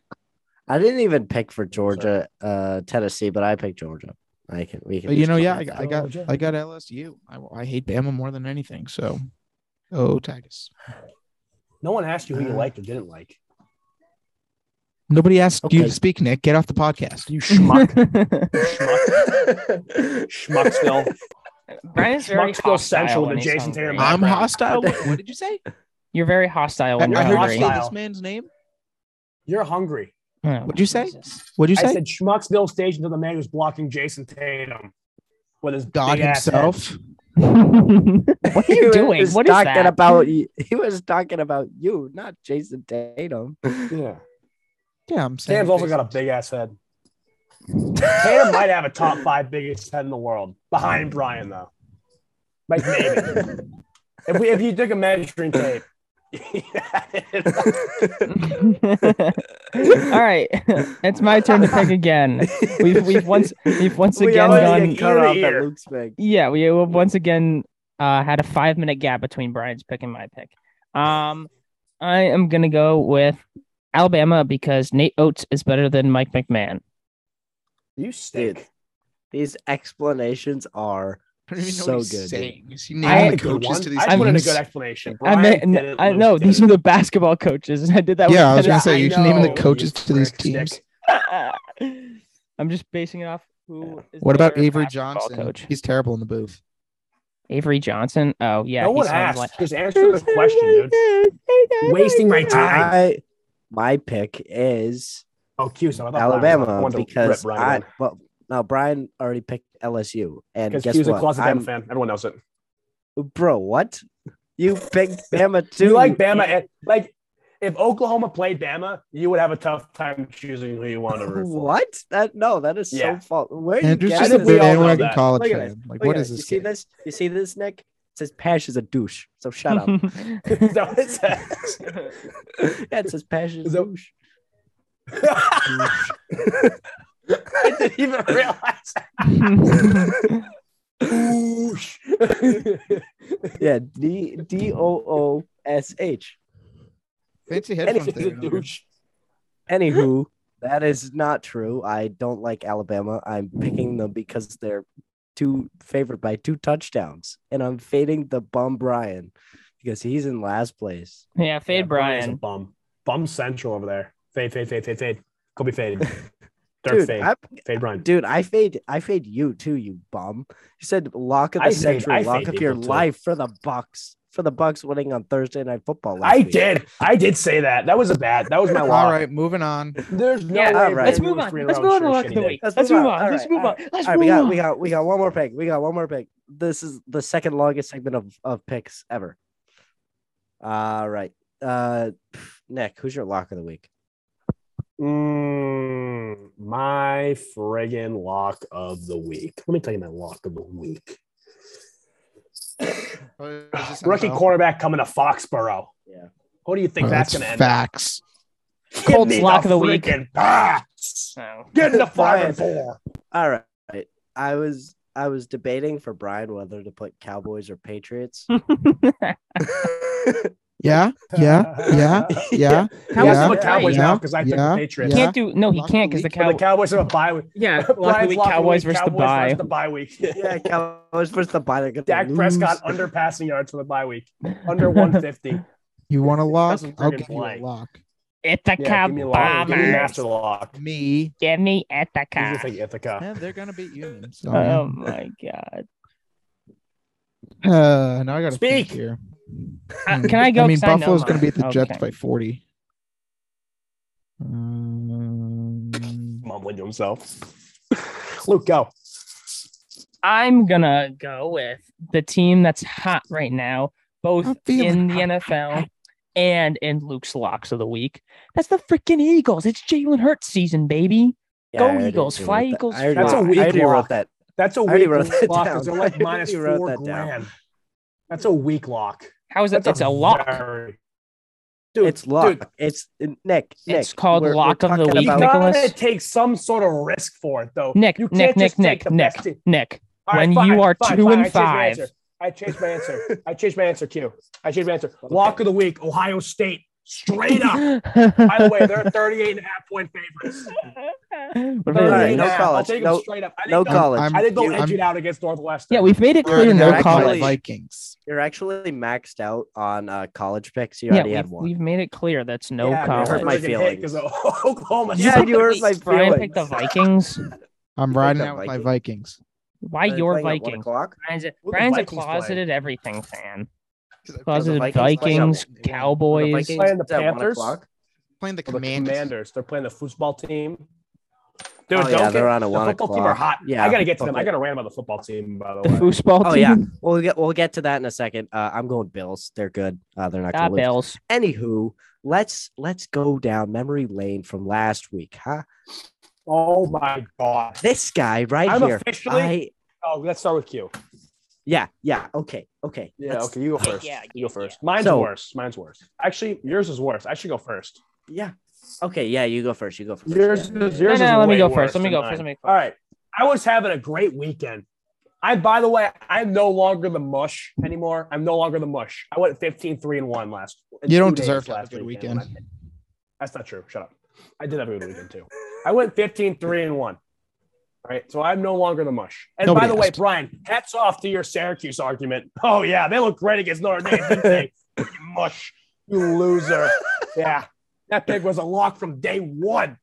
I didn't even pick for Georgia, uh, Tennessee, but I picked Georgia. I can. We can. But you just know, call yeah, it I, that. got- I got I got LSU. I, I hate Bama more than anything. So, oh Tigers. No one asked you who you Uh, liked or didn't like. Nobody asked you Okay. to speak, Nick. Get off the podcast. You schmuck. schmuck Schmuck still. Brian's very Schmuck's still hostile central when to he's Jason hungry. Tatum. I'm Right. hostile. What, what did you say? You're very hostile I, when you're I heard you hungry. say hostile. this man's name. You're hungry. Oh, What'd you say? Jesus. What'd you I say? said Schmucksville Station to the man who's blocking Jason Tatum with his God big ass head. himself. what are you doing? What is talking that? about? y- He was talking about you, not Jason Tatum. Yeah. Yeah, I'm saying. Tatum's also got a big ass head. Tatum might have a top five biggest head in the world behind Brian though. Like maybe if we if you took a measuring tape. All right, it's my turn to pick again. We've we've once we've once we again always done. get cut Ear to off ear. at Luke's pick. Yeah, we have once again uh, had a five minute gap between Brian's pick and my pick. Um, I am gonna go with Alabama because Nate Oates is better than Mike McMahon. you Dude, stink. these explanations are so good. I- I, the a good one. to these I just wanted a teams? good explanation. I Brian mean, did it, I Luke know did these it. are the basketball coaches, and I did that. Yeah, I was with gonna say I you should name know, the you coaches to these prick stick. teams. I'm just basing it off who. Is What the about better Avery basketball Johnson? Coach He's terrible in the booth. Avery Johnson. Oh yeah, no he one sounds asked. like- Just answer the question, dude. dude. Wasting my time. I my pick is Oh, Q. So I thought Brian Alabama was- I wanted to rip because Brian I one. well no Brian already picked LSU and because guess Q's a what closet Bama I'm, fan. Everyone knows it. bro what you picked Bama too Do you like Bama? And, like, if Oklahoma played Bama, you would have a tough time choosing who you want to root for. what that no that is Yeah. so false where you Andrew's get just guys- a I think we big all know bandwagon that. college Look at fan. Like, Look what at is it. you this? see guy? this you see this Nick it says Pash is a douche so shut up Is that what it says? yeah it says Pash is a So- douche I didn't even realize. Oosh. yeah D D O O S H Fancy and headphones. he's there, a Andrew. douche. Anywho, that is not true. I don't like Alabama. I'm picking them because they're two favored by two touchdowns, and I'm fading the bum Brian because he's in last place. yeah, fade Yeah, Brian's a Brian. bum. Bum central over there. Fade, fade, fade, fade, fade. Kobe faded. Dirk Dude, fade. I, fade Brian. dude, I fade, I fade you too, you bum. You said lock of the I fade- century, I lock fade up your people too. life for the Bucks, for the Bucks winning on Thursday Night Football. Last I week. did. I did say that. That was a bad. That was my loss. All right, moving on. There's no Yeah, way. all right. Let's Brandon move was on. three Let's rounds go on to shit lock shitty of day. the week. Let's Let's move move on. on. Let's Alright, move on. Let's All right, we move got, on. we got, we got one more pick. We got one more pick. This is the second longest segment of, of picks ever. All right, uh, Nick, who's your lock of the week? Mm, my friggin' lock of the week. Let me tell you my lock of the week. Rookie cornerback coming to Foxborough. Yeah, Who do you think Oh, that's going to end up? facts. Give Colts me lock of the week. freaking Pats. So, Get in the five Brian. and four. all right. I was I was debating for Brian whether to put Cowboys or Patriots. Yeah, yeah, yeah, yeah. How yeah, is I'm it a Cowboys right? now because I Yeah, picked the Patriots. can't do. No, he Lock of can't because the the week. But the Cow. Cowboys have a bye week. Yeah, lock of Brian's the week. lock of the Cowboys week, versus the Cowboys bye. versus the bye week. yeah, Cowboys versus the Biden. Dak Prescott under passing yards for the bye week, under 150. You want a lock? Doesn't I'll friggin' give play. you a lock. It's the Yeah, give me a lock. Give me a Cowboys. master lock. Me. Give me at the Who do you Cow. think Ithaca? Yeah, they're gonna beat you. So, Oh my god. yeah. uh, now I gotta think Speak. here. Uh, Hmm. can I go? I mean, 'Cause know Buffalo's gonna mine. beat the Jets Okay. by forty. Um, Mumbling to himself. Luke, go. I'm gonna go with the team that's hot right now, both I'm feeling in the hot. NFL and in Luke's locks of the week. That's the freaking Eagles. It's Jalen Hurts season, baby. Go Eagles, fly Eagles, fly. That's a I weak already lock. wrote that. That's a I already weak wrote that lock. down. It's a I like already minus wrote four that down. grand. That's a weak lock. How is it? That's It's a lock. very- Dude, it's lock. Dude, it's Nick. It's Nick, called we're- we're lock of the talking week, you about- Nick. gotta Nicholas? take some sort of risk for it, though. Nick, you Nick, can't Nick, just Nick, take the Nick, best team. Nick. All when you are two and five. I changed my answer. I changed my answer. I changed my answer. Q. I changed my answer. Lock of the week, Ohio State straight up. By the way, they're 38 and a half point favorites. What All about right, you? no Yeah, I'll college, take no- them straight up. I think No they'll- college. I'm- I think they'll I'm- edge it out against Northwestern. Yeah, we've made it We're clear gonna no call it college. Vikings. You're actually maxed out on uh, college picks. You yeah, already we've, had one. we've made it clear that's no Yeah, hurt because college. my they can hit feelings. 'cause of Oklahoma. Yeah, State. you hurt my Brian feelings. picked the Vikings. I'm We're riding the out with my Vikings. Vikings. Why Are they your playing at one Vikings? o'clock? Brian's a, Who the Brian's a Vikings play? closeted everything fan. Are the Closeted Vikings playing at Vikings, one- Are the Cowboys. Vikings Playing the at one Panthers? o'clock? Playing the The commanders. Commanders. They're playing the football team. Dude, Oh, don't yeah, get, they're on a the one football team are o'clock. hot. Yeah, I gotta get to them. football. I gotta rant about the football team, by the The way. foosball Oh yeah, team. we'll get we'll get to that in a second. Uh, I'm going Bills. They're good. Uh, they're not Ah, going to lose. Bills. Anywho, let's let's go down memory lane from last week, huh? oh my god. This guy right I'm here. officially- I Oh, let's start with Q. yeah yeah okay okay Yeah, let's- okay, you go Yeah, first. yeah, you go first. Mine's So- worse. Mine's worse. Actually, yours is worse. I should go first. yeah okay yeah you go first you go first. Yours is yours. no, is no, let me way go worse first. Let me than go mine. first. Let me go All right. I was having a great weekend. I, by the way, I'm no longer the mush anymore. I'm no longer the mush. I went 15 3 and 1 last. in You don't two days deserve to have a good when I- That's not true. Shut up. I did have a good weekend too. I went 15 3 and 1. All right. So I'm no longer the mush. And by Nobody the way, asked. Brian, hats off to your Syracuse argument. Oh, yeah. They look great against Notre Dame, didn't they? You mush. You loser. Yeah. That pick was a lock from day one.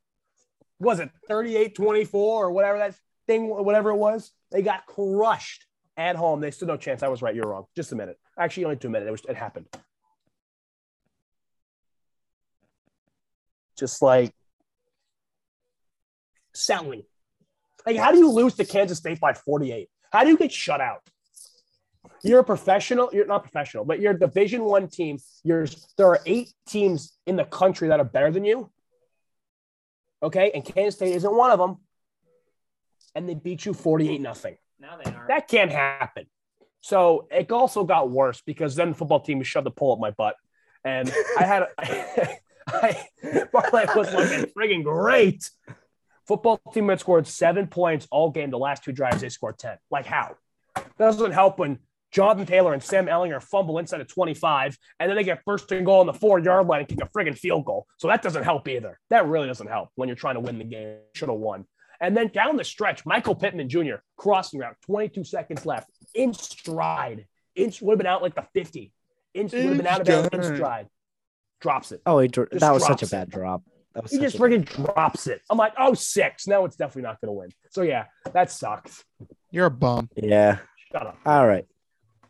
Was it 38 24 or whatever that thing, whatever it was? They got crushed at home. They stood no chance. I was right. You're wrong. Just a minute. Actually, only two minutes. It, was, it happened. Just like selling. Like, how do you lose to Kansas State by 48? How do you get shut out? You're a professional. You're not professional, but you're a Division One team. You're there are eight teams in the country that are better than you. Okay, and Kansas State isn't one of them, and they beat you 48 nothing. Now they are. That can't happen. So it also got worse because then the football team shoved a pole up my butt, and I had a, I, my life was looking friggin' great. Football team had scored seven points all game. The last two drives they scored ten. Like how? Doesn't help when Jonathan Taylor and Sam Ellinger fumble inside of 25, and then they get first and goal on the four yard line and kick a friggin' field goal. So that doesn't help either. That really doesn't help when you're trying to win the game. Should have won. And then down the stretch, Michael Pittman Jr. crossing route, 22 seconds left, in stride. Inch would have been out like the 50. Inch would have been out of bounds in Stride. stride. Drops it. oh he dro- Just that was such drops a it. bad drop. That was He such just a bad- friggin' drops it. I'm like, oh six. Now it's definitely not gonna win. So yeah, that sucks. You're a bum. yeah. Shut up. All right.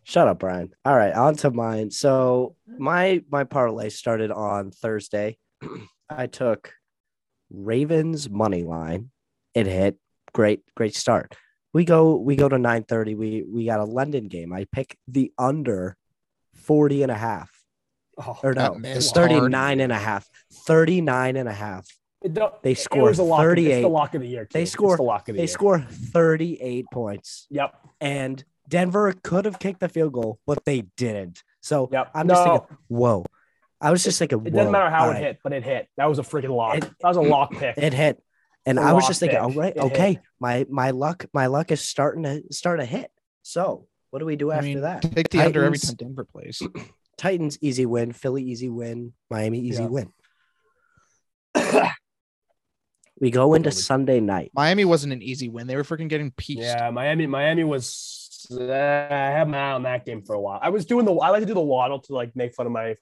Shut up, Brian. All right, on to mine. So my my parlay started on Thursday. I took Ravens money line. It hit. Great, great start. We go we go to 9:30. We we got a London game. I pick the under 40 and a half. Oh, Or That no, missed hard. 39 and a half. 39 and a half. it don't- They it- scored it was a lock, 38. It's the lock of the year. They Q. It's score- the lock of the They year. score 38 points. Yep. And Denver could have kicked the field goal, but they didn't. So Yep. I'm no, just thinking whoa. I was just thinking, it doesn't whoa, matter how all it right. hit, but it hit. That was a freaking lock. It- that was a lock pick. It hit, and A I was lock just thinking, pick. all right, It okay, hit. my my luck, my luck is starting to start to hit. So what do we do I after mean, that? take the under every time Titans. Denver plays. Titans easy win, Philly easy win, Miami easy Yeah. win. we go into Totally. Sunday night. Miami wasn't an easy win. They were freaking getting pieced. Yeah, Miami. Miami was. Uh, I had my eye on that game for a while. I was doing the. I like to do the waddle to like make fun of my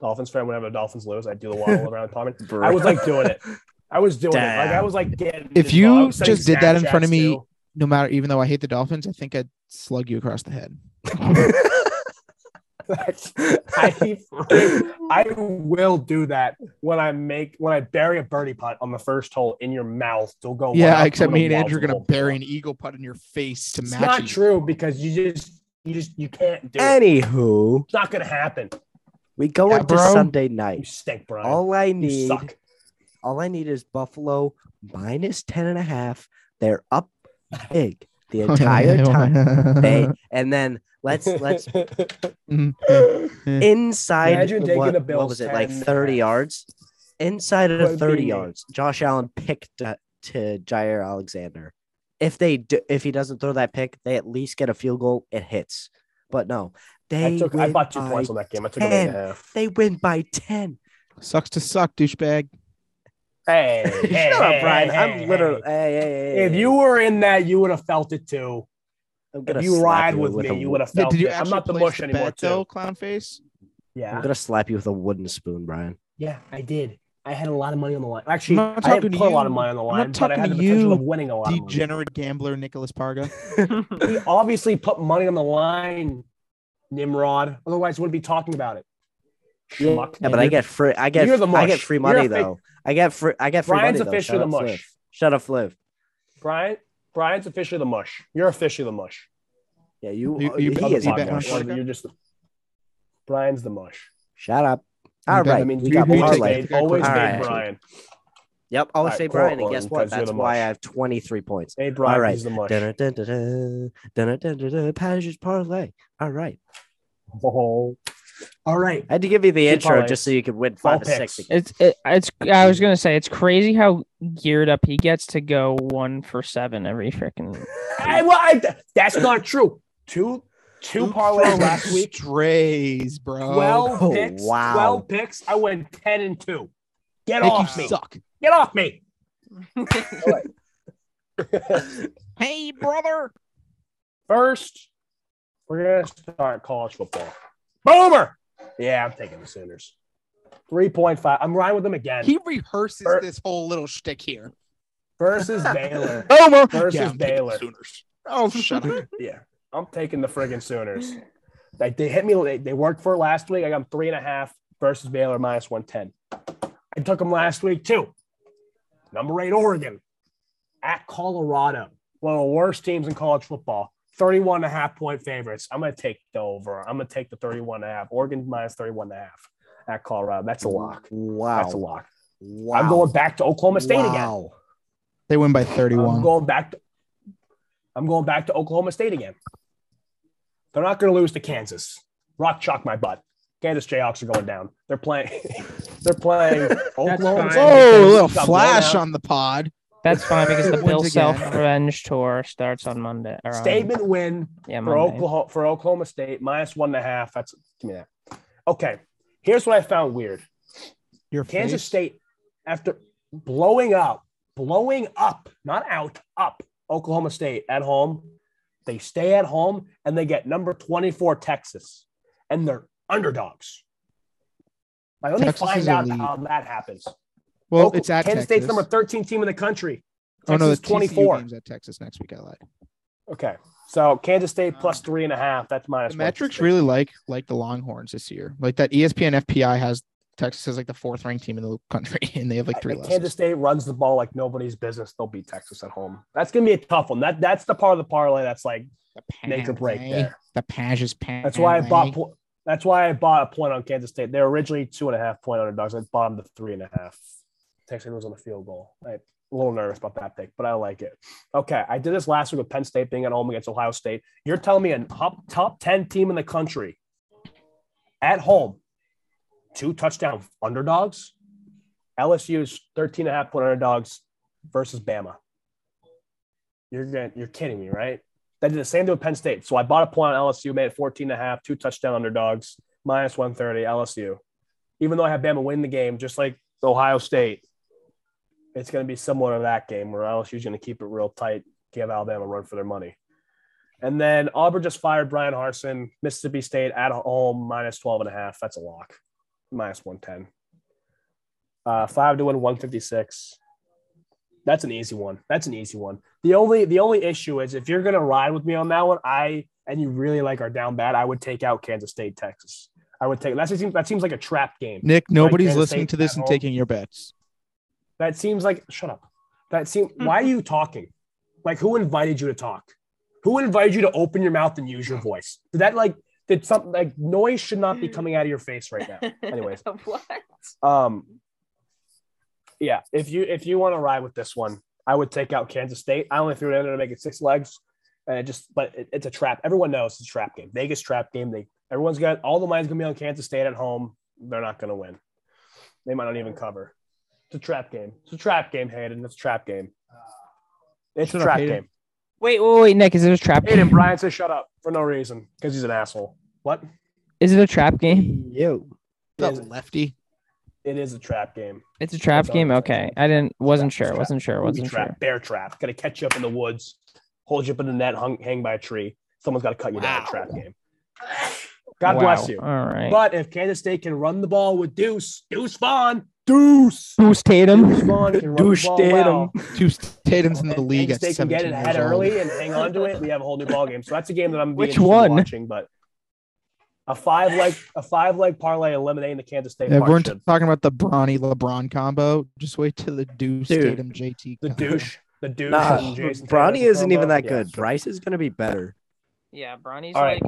Dolphins fan whenever the Dolphins lose. I do the waddle around the comment. I was like doing it. I was doing it. Like I Damn. was like getting. If involved. you I was sending just did that in Snapchats, front of me- too. No matter, even though I hate the Dolphins, I think I'd slug you across the head. I, I will do that when I make when I bury a birdie putt on the first hole in your mouth. They'll go. one yeah, up, except I'm gonna me and Andrew are waddle gonna the whole bury way. an eagle putt in your face to It's match. not you. true because you just you just you can't do it. Anywho, It's not gonna happen. we go Yeah, into bro. Sunday You night. stink, Brian. All I you need, suck. all I need is Buffalo minus 10 and a half. They're up big the entire time. They and then let's let's Mm-hmm. inside Imagine taking what, the what Bills was it like 10 and a 30 half. yards inside Would of be 30 me. yards josh allen picked uh, to jair alexander if they do, if he doesn't throw that pick they at least get a field goal it hits but no they I took. I win bought two by, points on that game. I took a minute and a half. they win by 10 Sucks to suck, douchebag. Hey, hey, Shut hey, up, Brian. hey, hey, I'm literally. hey. Hey, hey, hey, hey. If you were in that, you would have felt it too. I'm gonna If you slap ride with, a me, you wo- would have felt Did you it. I'm actually not the place mush anymore, bet, too. though, clown face? I'm Yeah, gonna slap you with a wooden spoon, Brian. yeah, I did. I had a lot of money on the line. Actually, I'm not I talking didn't to put a lot you. of money on the I'm not line, but I talking had to the potential you, of winning a lot. of money. Degenerate gambler Nicholas Parga. He obviously put money on the line, Nimrod. Otherwise, wouldn't be talking about it. Yeah, Schmuck. but I get free. I get. You're the I get mush. free You're money a fake- though. I get free. I get free Brian's money. officially the though. Shut up, mush. Liv. Shut up, Liv. Brian, Brian's officially the mush. You're officially the mush. Yeah, you. You- he you bet- is you the bet on mush. Florida? You're just Brian's the mush. Shut up. You All bet right, I mean, we you got you always take it. parlay. made, always All made right. Brian. Yep, always All say right, Brian, and Corcoran, guess what? because you're That's the why I mush. have 23 points. Made Brian. All right. He's the mush. Dun dun dun dun dun dun dun dun. Page's parlay. All right, Oh. All right. I had to give you the Two intro parlays. just so you could win All five or six. picks. again. It's it, it's. I was gonna say it's crazy how geared up he gets to go one for seven every freaking. I, well, I, that's not true. Two two parlays last week. Strays, bro. 12 Oh, picks. wow. 12 picks. I went 10 and 2. Get Nick, off you me. suck. Get off me. Hey, brother. First, we're going to start college football. Boomer. Yeah, I'm taking the Sooners. 3.5. I'm riding with them again. He rehearses Er- this whole little shtick here. Versus Baylor. Homer Versus Baylor. Sooners. Oh, shut up. Yeah, I'm taking the friggin' Sooners. Like they hit me. They, they worked for it last week. I got them three and a half versus Baylor minus one ten. I took them last week too. Number eight Oregon at Colorado, one of the worst teams in college football. 31 and a half point favorites. I'm going to take the over. I'm going to take the 31 and a half. Oregon minus 31 and a half at Colorado. That's a lock. Wow. That's a lock. Wow. I'm going back to Oklahoma State again. wow. They win by I'm 31. going back to I'm going back to Oklahoma State again. They're not going to lose to Kansas. Rock chalk my butt. Kansas Jayhawks are going down. They're playing. they're playing Oklahoma. fine. State. Oh, a little Got blown flash out. on the pod. That's fine because the Once Bill again. Self Revenge Tour starts on Monday. Or on- Statement win yeah, for Monday. Oklahoma for Oklahoma State minus one and a half. That's give me that. Okay, here's what I found weird. Your Kansas face. State, after blowing up, blowing up, not out, up Oklahoma State at home, they stay at home and they get number 24 Texas and they're underdogs. Like, let me Texas is find out elite. how that happens. Well, Oka- it's at Texas. Kansas State's number 13 team in the country. oh, no, the Texas TCU 24. game's at Texas next week. I lied. Okay. So Kansas State plus three and a half. That's minus Uh, The one. metrics really like like the Longhorns this year. Like that E ESPN FPI has Texas as like the fourth ranked team in the country, and they have like three If losses. Kansas State runs the ball like nobody's business. They'll beat Texas at home. That's gonna be a tough one. That that's the part of the parlay that's like The make or break parlay. there. The Page is pan. eh? That's why I bought. Po- that's why I bought a point on Kansas State. They're originally two and a half point underdogs. I bought them to three and a half. Texas was on the field goal. I'm a little nervous about that pick, but I like it. Okay, I did this last week with Penn State being at home against Ohio State. You're telling me a top top ten team in the country at home, two touchdown underdogs. LSU's 13 and a half point underdogs versus Bama. You're gonna, you're kidding me, right? They did the same thing with Penn State. So I bought a point on LSU, made it 14 and a half, two touchdown underdogs, minus 130 LSU. Even though I have Bama win the game, just like Ohio State, it's going to be similar to that game where LSU's going to keep it real tight, give Alabama a run for their money. And then Auburn just fired Brian Harson, Mississippi State at home, minus 12 and a half. That's a lock, minus 110. Uh, five to win, 156. That's an easy one. That's an easy one. The only the only issue is if you're gonna ride with me on that one, I and you really like are down bad, I would take out Kansas State, Texas. I would take that seems that seems like a trap game. Nick, nobody's Kansas listening State to this at and home. taking your bets. That seems like shut up. That seems why are you talking? Like who invited you to talk? Who invited you to open your mouth and use your voice? Did that like did something like noise should not be coming out of your face right now? Anyways. what? Um, yeah, if you if you want to ride with this one, I would take out Kansas State. I only threw it in there to make it six legs, and it just but it, it's a trap. Everyone knows it's a trap game. Vegas trap game. They everyone's got all the money's gonna be on Kansas State at home. They're not gonna win. They might not even cover. It's a trap game. It's a trap game, Hayden. It's a trap game. It's Shut a up, trap Hayden. game. Wait, wait, wait, Nick, is it a trap Hayden game? Bryant says shut up for no reason because he's an asshole. What? Is it a trap game? Yo. The Is it- lefty. It is a trap game. It's a trap That's all game. it is. Okay, I didn't. Wasn't Trap, sure. trap. Wasn't sure. Booby Wasn't trap, sure. bear trap. Got to catch you up in the woods, hold you up in the net, hung, hang by a tree. Someone's got to cut you down. Wow. Trap game. God Wow. bless you. All right. But if Kansas State can run the ball with Deuce, Deuce Vaughn, Deuce, Deuce Deuce Tatum. Vaughn can run Deuce the ball Tatum. well. Two Tatum's in the And league Kansas at State can get 17 it years ahead old. early and hang on to it. We have a whole new ball game. So that's a game that I'm Which Which one? one? watching, but a five leg a five leg parlay eliminating the Kansas State If we're partnership. talking about the Bronny LeBron combo, just wait till the Deuce Dude, Tatum JT. the combo. douche, the douche. Nah, and Jason Tatum Bronny as a isn't even combo. that good. Yeah. Bryce is gonna be better. Yeah, Bronny's All right.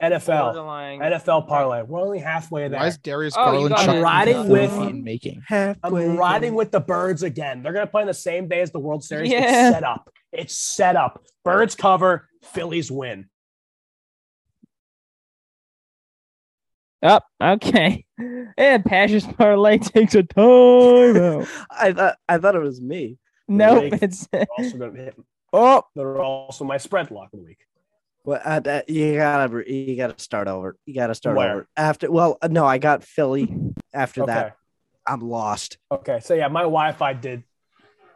NFL, borderline. NFL parlay. We're only halfway there. Why is Darius Oh, you Garland got shot it. riding Riding with with- and making? I'm riding with the birds again. They're gonna play on the same day as the World Series. Yeah. It's set up. It's set up. Birds cover. Phillies win. Up. okay. And Passions Parlay takes a timeout. I thought I thought it was me. nope. Really? It's They're also gonna hit. oh. They're also my spread lock of the week. Well, I, that- you gotta re- you gotta start over. You gotta start Where? over after. Well, uh, no, I got Philly. After Okay. that, I'm lost. Okay, so yeah, my Wi-Fi did.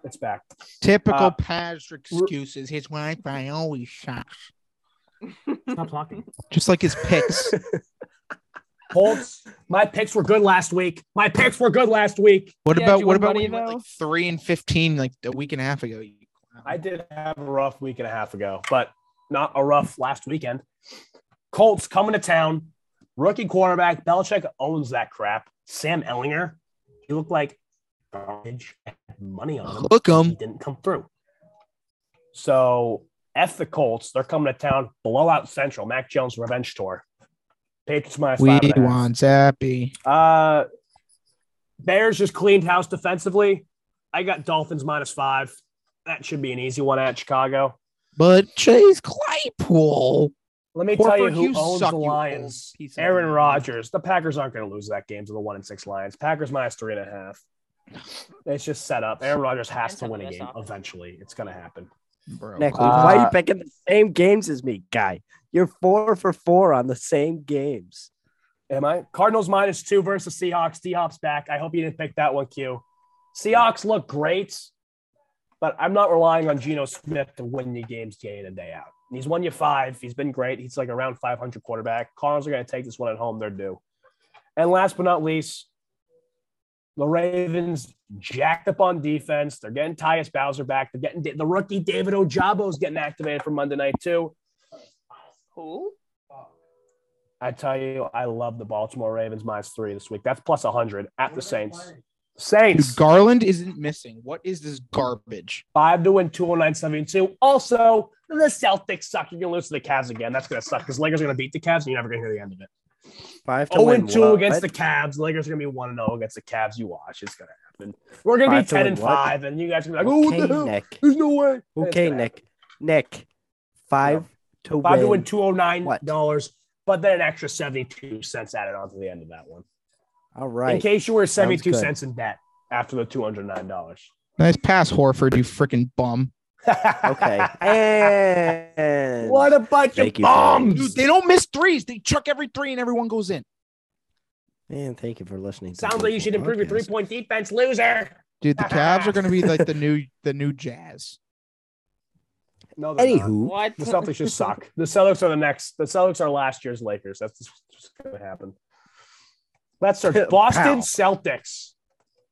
It's back. Typical Uh, Patrick r- excuses. His Wi-Fi always sucks. Stop talking. Just like his picks. Colts. My picks were good last week. My picks were good last week. What Yeah, about do what one about money, when you went though? like three and fifteen like a week and a half ago? you clown? I did have a rough week and a half ago, but not a rough last weekend. Colts coming to town. Rookie quarterback Belichick owns that crap. Sam Ellinger, he looked like garbage. I had Money on him. hook He him. didn't come through. So F the Colts. They're coming to town. Blowout Central. Mac Jones revenge tour. Patriots minus We five and a half. want Zappy. Uh, Bears just cleaned house defensively. I got Dolphins minus five. That should be an easy one at Chicago. But Chase Claypool. Let me tell you Horford, who you owns suck, the you old Lions. piece of- Aaron Rodgers. The Packers aren't going to lose that game to the one and six Lions. Packers minus three and a half. It's just set up. Aaron Rodgers has Depends to on win the a best game offense. eventually. It's going to happen. Bro, Nick, cool. why are Uh, you picking the same games as me, guy? You're four for four on the same games. Am I? Cardinals minus two versus Seahawks. D Hop's back. I hope you didn't pick that one, Q. Seahawks look great, but I'm not relying on Geno Smith to win you games day in and day out. He's won you five. He's been great. He's like around 500 quarterback. Cardinals are going to take this one at home. They're due. And last but not least, the Ravens jacked up on defense. They're getting Tyus Bowser back. They're getting the rookie David Ojabo's getting activated for Monday night too. Who? I tell you, I love the Baltimore Ravens minus three this week. That's plus 100 at the Saints. Dude, Saints, Garland isn't missing. What is this garbage? five to win, 209.72. Also, the Celtics suck. You're going to lose to the Cavs again. That's going to suck because Lakers are going to beat the Cavs and you're never going to hear the end of it. Five to 0 win Oh, and 2 what? against the Cavs. Lakers are going to be 1 and 0 against the Cavs. You watch. It's going to happen. We're going to be Five to 10 win and what? 5, and you guys are going to be Okay, like, oh, what the hell? Nick. There's no way. And it's Okay, gonna happen. Nick. Nick. Five to Five to win. win, $209, What? but then an extra 72 cents added on to the end of that one. All In right. case you were 72 good. cents in debt after the $209. Nice pass, Horford. You freaking bum. Okay. And what a bunch Thank of you, Paul. bombs. Dude, they don't miss threes. They chuck every three and everyone goes in. man, thank you for listening. to Sounds the like you should improve your podcast. three point defense, loser. Dude, the Cavs are going to be like the new the new Jazz. No, they're not. Anywho, What? the Celtics just suck. The Celtics are the next. The Celtics are last year's Lakers. That's just, just going to happen. Let's search Boston Pow. Celtics.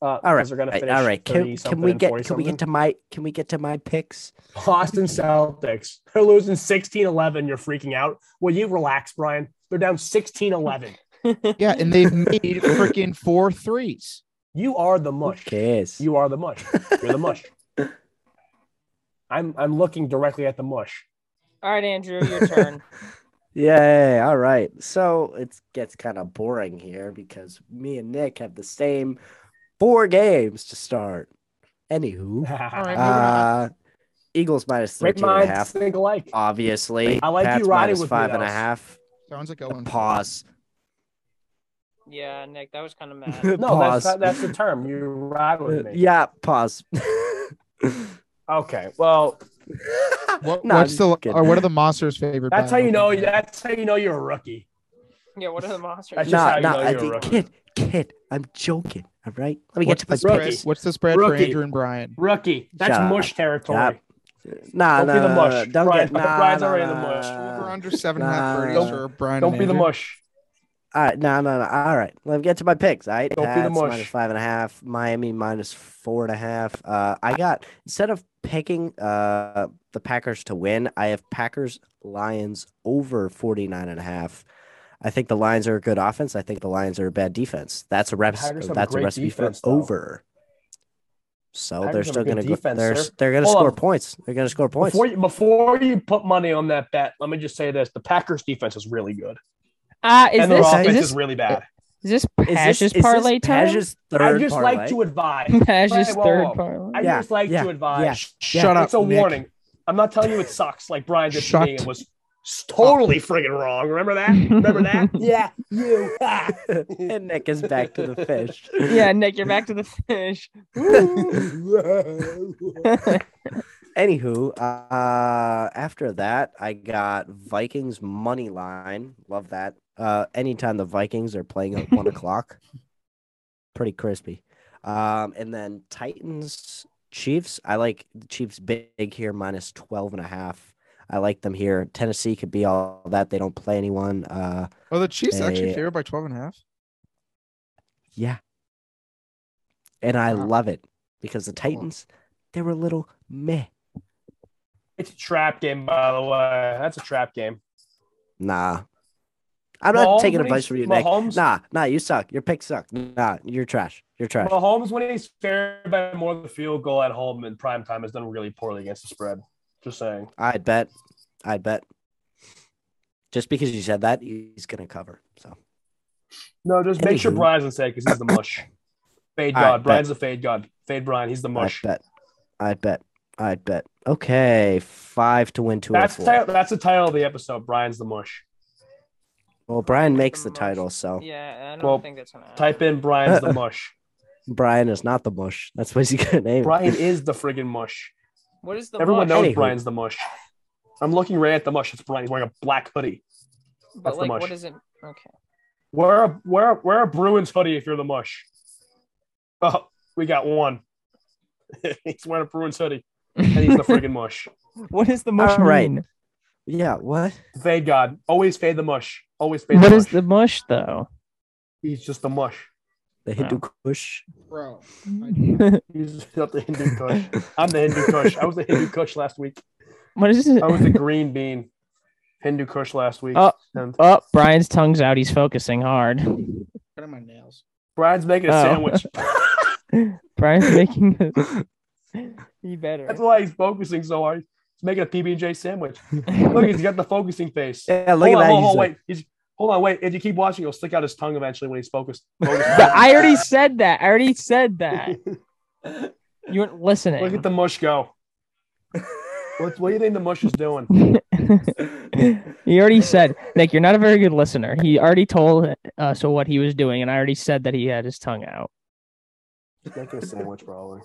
Uh, all right, because They're gonna finish all right. Can, 30 can something we and get 40 can we get something. to my can we get to my picks? Boston Celtics? They're losing 16 11. You're freaking out. Will you relax, Brian? They're down 16 11. Yeah, and they've made freaking four threes. You are the Who mush. cares? You are the mush. You're the mush. I'm I'm looking directly at the mush. All right, Andrew, your turn. Yeah, all right. So it gets kind of boring here because me and Nick have the same four games to start. Anywho, right, Right, moving on. uh, Eagles minus Great 13 and a minds half, think alike. Uh, obviously. I like you Pats riding minus with me, five and a though. half. Sounds like The Owen. pause. yeah, Nick, that was kind of The mad. No, that's pause. Uh, not, that's the term. You ride with me. Yeah, pause. Okay. Well, What, No, what's the I'm just kidding. or what are the monsters' favorite? that's how battle you know. games? That's how you know you're a rookie. Yeah, what are the monsters? That's just Nah, how you nah, know I you're a think rookie. kid, kid, I'm joking. All right. Let What's me get to my the spread? picks. What's the spread for Rookie. Andrew and Brian? Rookie. That's Shut mush territory. Nah, Don't nah, be the nah, mush. nah, Don't Brian's- get nah, Brian's nah, already nah, the mush. nah, Over nah. under seven and a half Uh, nah. birdies for Brian. Don't and be the Andrew? mush. All right, no, no, no. All right, let me get to my picks. All right, Don't be the Pats minus mush. five and a half. Miami minus four and a half. Uh, I got instead of picking uh the Packers to win, I have Packers Lions over 49 and a half. I think the Lions are a good offense. I think the Lions are a bad defense. That's a reps. Packers have a That's a great recipe defense, for though. over. So they're Packers have a still good going to defense, they're sir. they're going to Hold score on. points. They're going to score points. Before you, before you put money on that bet, let me just say this: the Packers' defense is really good, Uh, is, and their this, offense is is, this really bad. is this Is this- Pash's is this parlay time? Pash's I third just parlay? like to advise. Pash's Wait, whoa, third whoa. parlay. I Yeah, just like yeah, to advise. yeah. Shh, Yeah. Shut up. It's a Nick. warning. I'm not telling you it sucks like Brian did Shut to me. It was totally friggin' wrong. Remember that? Remember that? yeah, you. and Nick is back to the fish. yeah, Nick, you're back to the fish. Anywho, uh, after that, I got Vikings money line. Love that. Uh, anytime the Vikings are playing at one o'clock, pretty crispy. Um, and then Titans, Chiefs. I like the Chiefs big here, minus 12 and a half. I like them here. Tennessee could be all that. They don't play anyone. Uh, Oh, the Chiefs actually Hey. favored by 12 and a half. Yeah. And I Wow. love it because the Titans, they were a little meh. it's a trap game, by the way. That's a trap game. Nah. I'm not Mahomes, taking when advice he's- from you, Nick. Mahomes, Nah, nah, you suck. Your picks suck. Nah, you're trash. You're trash. Mahomes, when he's favored by more than the field goal at home in prime time, has done really poorly against the spread. Just saying. I'd bet. I'd bet. Just because you said that, he's gonna cover. So No, just make sure Anywho. Brian's in because he's the mush. Fade All right, God. bet. Brian's the fade God. Fade Brian. He's the mush. I'd bet. I'd bet. I'd bet. Okay. Five to win two That's or the, four. title, that's the title of the episode. Brian's the mush. Well, Brian makes the Mush. title, so Yeah, I don't Oh. Well, think that's gonna happen. Type in Brian's the mush. Brian is not the mush. That's what he's gonna name. it. Brian is the friggin' mush. What is the Everyone mush? knows Anywho. Brian's the mush. I'm looking right at the mush. It's Brian. He's wearing a black hoodie. But that's the like, mush. what is it? Okay. Wear a wear a- wear a Bruins hoodie if you're the mush. Oh, we got one. he's wearing a Bruins hoodie, and he's the friggin' mush. what is the mush All right. mean? Yeah, what? Fade God. Always fade the mush. Always fade What the is mush. the mush though? He's just the mush. The Wow. Hindu Kush. Bro. He's not the Hindu Kush. I'm the Hindu Kush. I was the Hindu Kush last week. what is it? I was the green bean Hindu Kush last week. Oh. And Oh, Brian's tongue's out. He's focusing hard. Cut on my nails. Brian's making a Oh. sandwich. Brian's making. you better. That's why he's focusing so hard. He's making a PB and J sandwich. Look, he's got the focusing face. Yeah, look hold on, at that. hold, he's hold, like- wait. He's, hold on, wait. If you keep watching, he'll stick out his tongue eventually when he's focused. focused. But I already said that. I already said that. You weren't listening. Look at the mush go. What, what do you think the mush is doing? he already said, Nick, you're not a very good listener. He already told us what he was doing, and I already said that he had his tongue out. Making a sandwich, probably.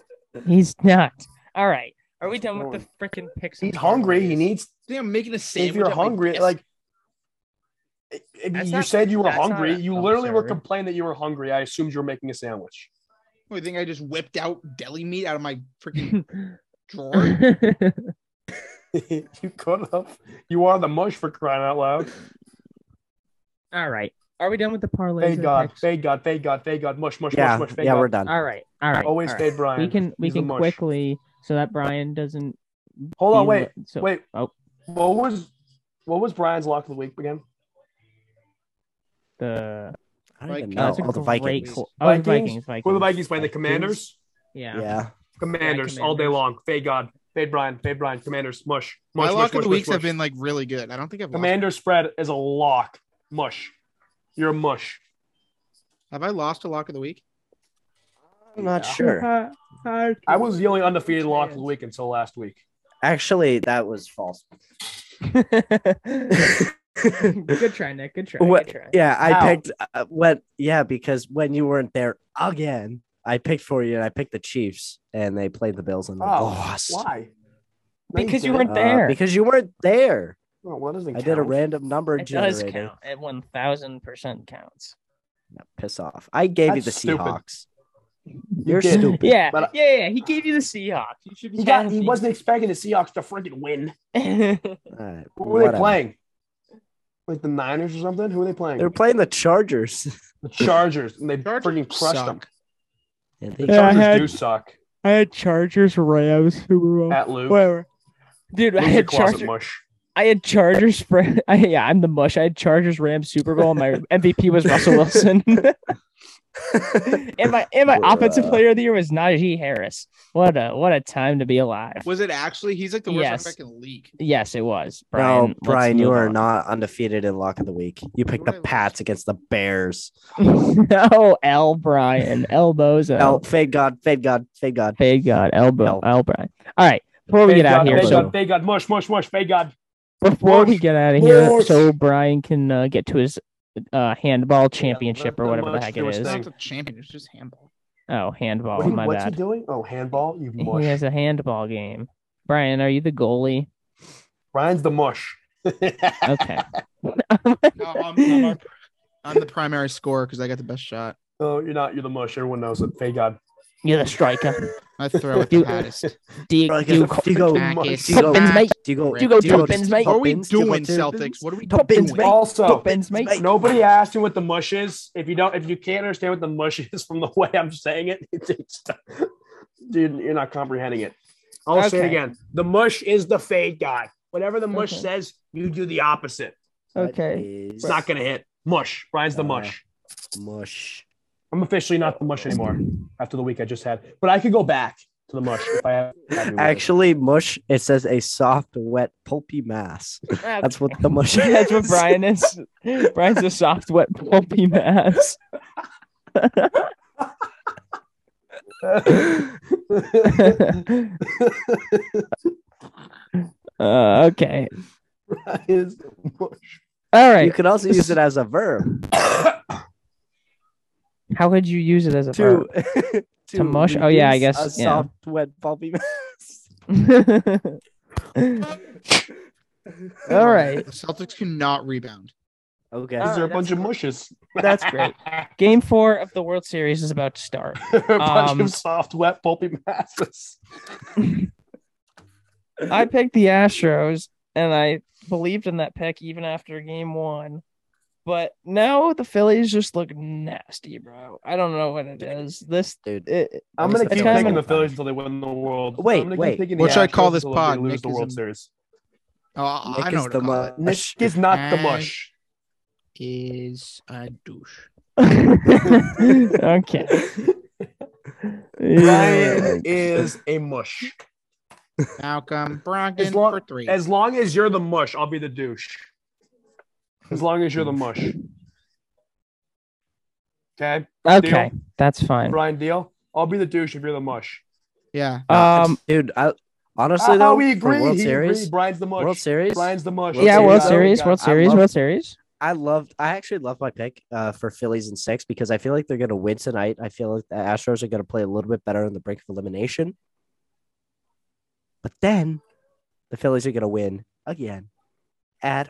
He's not. All right. Are we done with the freaking picks? and He's hungry. He parlays? needs. Damn, I'm making a sandwich. If you're out my hungry, desk. like. if- If That's you not- said you were that's not hungry, a- you I'm literally were sorry. complaining that you were hungry. I assumed you were making a sandwich. What, you think I just whipped out deli meat out of my freaking drawer. you could have. You are the mush for crying out loud. All right. Are we done with the parlay? Fade God, fade God, fade God, fade God, mush, mush, yeah, mush, mush, fade yeah, God. we're done. All right. All right. Always all right. fade Brian. We can we He's the can mush. quickly so that Brian doesn't. Hold on, be- wait, So, wait. oh. What was what was Brian's lock of the week again? The I don't even Vikings. uh, know. it's a Oh, the great Vikings. call. Oh, the Vikings? Vikings. Vikings. Were the Vikings playing the Commanders? Commanders? Yeah. Yeah. Commanders all day Commanders. long. Fade God, fade Brian, fade Brian. Commanders, mush, mush, my mush, lock mush, of the mush, weeks mush. have been like really good. I don't think I've lost. Commander spread is a lock. Mush. You're a mush. Have I lost a lock of the week? I'm not Yeah. sure. I was the only undefeated lock of the week until last week. Actually, that was false. Good try, Nick. Good try. What- Good try. yeah, I Ow. picked uh, what? Yeah, because when you weren't there again, I picked for you, and I picked the Chiefs, and they played the Bills and they lost Oh, Uh, Why? Because you didn't. weren't there. because you weren't there. Oh, well, that doesn't I did a count. random number it does generator. count. It one thousand percent counts. No, piss off! I gave you That's the stupid. Seahawks. You're did. stupid. Yeah, But- yeah, yeah. He gave you the Seahawks. You should be He, got, happy. he wasn't expecting the Seahawks to freaking win. All right, Who were whatever. they playing? Like the Niners or something? Who are they playing? They're playing the Chargers. the Chargers. And they Chargers freaking crushed them. suck. Yeah, The they- Yeah, I Chargers had- do suck I had Chargers Rams Super Bowl. at Luke. Whatever. Dude, I Luke's a had closet Chargers. mush. I had Chargers. For, I, yeah, I'm the mush. I had Chargers Rams Super Bowl. And my MVP was Russell Wilson. and my and my offensive Bruh. player of the year was Najee Harris. What a what a time to be alive. Was it actually? He's like the worst Yes. running back in the league. Yes, it was. Brian, no, let's Brian, you move are on. not undefeated in lock of the week. You picked What the did I lose? Pats against the Bears. no, L. Brian, elbows. Oh, L. fade God, fade God, fade God. Hey God, elbow. L. L. Brian. All right, before we Fade get out God, of here, Fade so God, Fade God, mush, mush, mush, Fade God. before we Mush. get out of here, Mush. so Brian can uh, get to his uh, handball championship let or the whatever the mush heck do it his is. thing. It's not the champion. It's just handball. Oh, handball. Wait, my what's bad. he doing? Oh, handball? You mush. He has a handball game. Brian, are you the goalie? Ryan's the mush. Okay. No, I'm, I'm, our- I'm the primary scorer because I got the best shot. no, you're not. You're the mush. Everyone knows it. Fade God. You're the striker. I throw it the You- hottest. Do you, Like, do you, do you go, Jack mush. is do you go, Tuppence, mate. do you go, Do you go do you go, Tuppence, mate? What are we Tuppence? Do you go doing, Tuppence? Celtics? What are we Tuppence, doing? mate. Also, Ben's mate. nobody asked you what the mush is. If you don't, if you can't understand what the mush is from the way I'm saying it, it's, it's dude, you're not comprehending it. I'll say it Okay. again. The mush is the fade guy. Whatever the mush Okay. says, you do the opposite. Okay. It's not gonna hit. Mush. Brian's the Uh, mush. mush. I'm officially not the mush anymore after the week I just had. But I could go back to the mush if I have. have your way. Actually, mush. It says a soft, wet, pulpy mass. That's what the mush. Is. That's what Brian is. Brian's a soft, wet, pulpy mass. Uh, okay. Brian's the mush. All You right. can also use it as a verb How could you use it as a to verb? To mush? Oh, yeah, I reduce guess, a yeah. soft, wet, pulpy mass. All right. The Celtics cannot rebound. Okay. All These are a right, bunch of mushes. That's great. Game four of the World Series is about to start. a bunch Um, of soft, wet, pulpy masses. I picked the Astros and I believed in that pick even after game one. But now the Phillies just look nasty, bro. I I don't know what it is. This Dude. it, I'm That was gonna the keep best picking one. the Phillies until they win the world. Wait, I'm gonna keep wait. picking What the should I call Astros this until pod? They lose Nick the is World in- Series. Oh, I- Nick I know is what the to call it. mush. Nick is not the mush. Is a douche. okay. Ryan is a mush. Malcolm Brogdon As long- for three. As long as you're the mush, I'll be the douche. As long as you're the mush. Okay, Okay, that's fine. Brian Deal. I'll be the douche if you're the mush. yeah. Um, dude, I honestly Ah, though, we for agree. World he Series, agreed. Brian's the mush. World Series, Brian's the mush. World yeah, World Series. Series, World I Series, love- World Series. I loved. I actually loved my pick uh, for Phillies and six because I feel like they're going to win tonight. I feel like the Astros are going to play a little bit better on the brink of elimination, but then the Phillies are going to win again at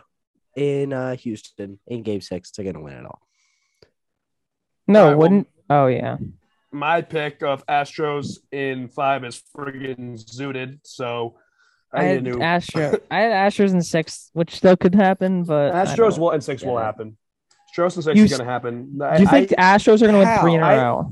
in uh, Houston in Game Six. They're going to win it all. No, All right, well- wouldn't. Oh yeah. my pick of Astros in five is friggin' zooted. So I, I had need a new Astro. I had Astros in six, which still could happen, but I Astros don't- will and six will Yeah. happen. Astros and six You is s- gonna happen. Do you think the Astros are going to win Pal, three in a I- row?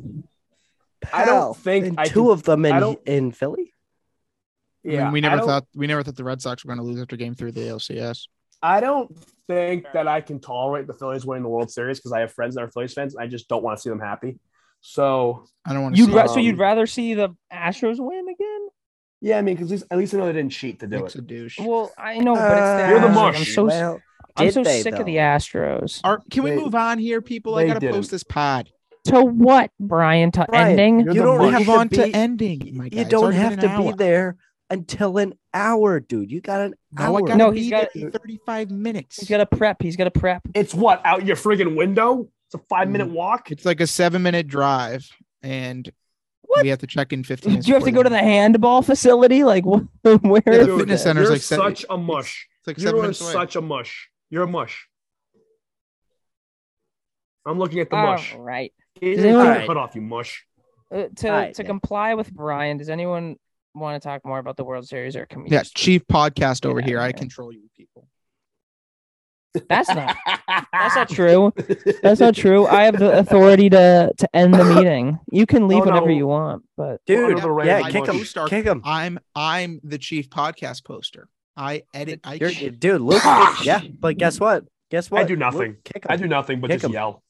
I don't Hell, think and I two can- of them I in don't- in Philly. I, I yeah, mean, we never I don't- thought we never thought the Red Sox were going to lose after Game Three of the ALCS. I don't think that I can tolerate the Phillies winning the World Series because I have friends that are Phillies fans. And I just don't want to see them happy. So I don't want to. You'd see ra- it. so you'd um, rather see the Astros win again? yeah, I mean, because at least, at least I know they didn't cheat to do Nick's it. a douche. Well, I know, but it's Uh, the You're the Astros. mush. I'm so well, I'm did so they, sick though? of the Astros. Are, can we They- move on here, people? I they gotta didn't. post this pod. To what, Brian? To Brian, ending? You're you the don't mush. have Move on to to be- ending. My guy. you It's don't already have been to an be hour. there until an hour, dude. You got an No, I hour. gotta No, be he's there got- in thirty-five minutes. He's got to prep. He's got to prep. It's what out your friggin' window. It's a five minute walk. Mm. It's like a seven-minute drive, and What? we have to check in fifteen. Do minutes you have to go before to the handball facility? Like, wh- where? Yeah, the is fitness that? center. center's you're like set- such a mush. It's like seven You are minutes away. such a mush. You're a mush. I'm looking at the All mush. right. Get Does your anyone- cut off, you mush. uh, to All right, to yeah. comply with Brian, does anyone want to talk more about the World Series or can we? Yeah, just- chief podcast over Yeah, here. I yeah. control you people. that's not that's not true. That's not true. I have the authority to to end the meeting. You can leave No, whenever no. you want, but Dude, Under the yeah, radar kick him, motion. Stark. kick him. I'm I'm the chief podcast poster. I edit. I You're, shit. dude, Luke. yeah, but guess what? Guess what? do nothing. Luke, kick him. I do nothing but Kick just him. yell.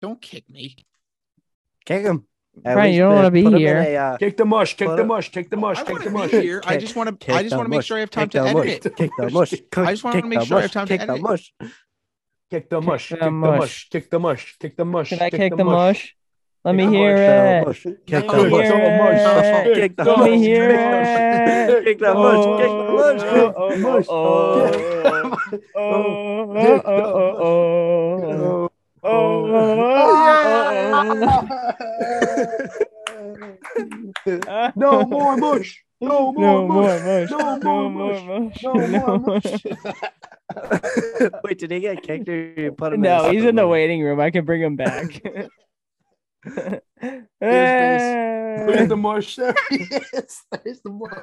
don't kick me. Kick him. At Brian, least you don't put- wanna be put him in here. a, uh, Kick the mush. Kick But, the uh, mush. Kick the mush. I Kick want the to mush. be here. I Kick- just want to. kick I just the want to make mush. sure I have time kick to the edit mush. it. Kick the mush. I just wanted to Kick make the sure I mush. have time to Kick the edit it. mush. Kick the mush. the Kick mush. the mush. Kick the mush. Kick the mush. can I kick the mush? Let Kick me the hear Kick it. the mush. Kick Let the me mush. hear it. Kick the Let mush. me hear it. Oh, Kick the mush. Kick the mush. Kick the mush. oh, Ah! Oh, oh. No more mush. No No more mush. more mush. No more mush. mush. No more mush. Wait, did he get kicked or you put him? No, in he's in the the way. waiting room. I can bring him back. There's Eh. the mush. There he is. There's the mush.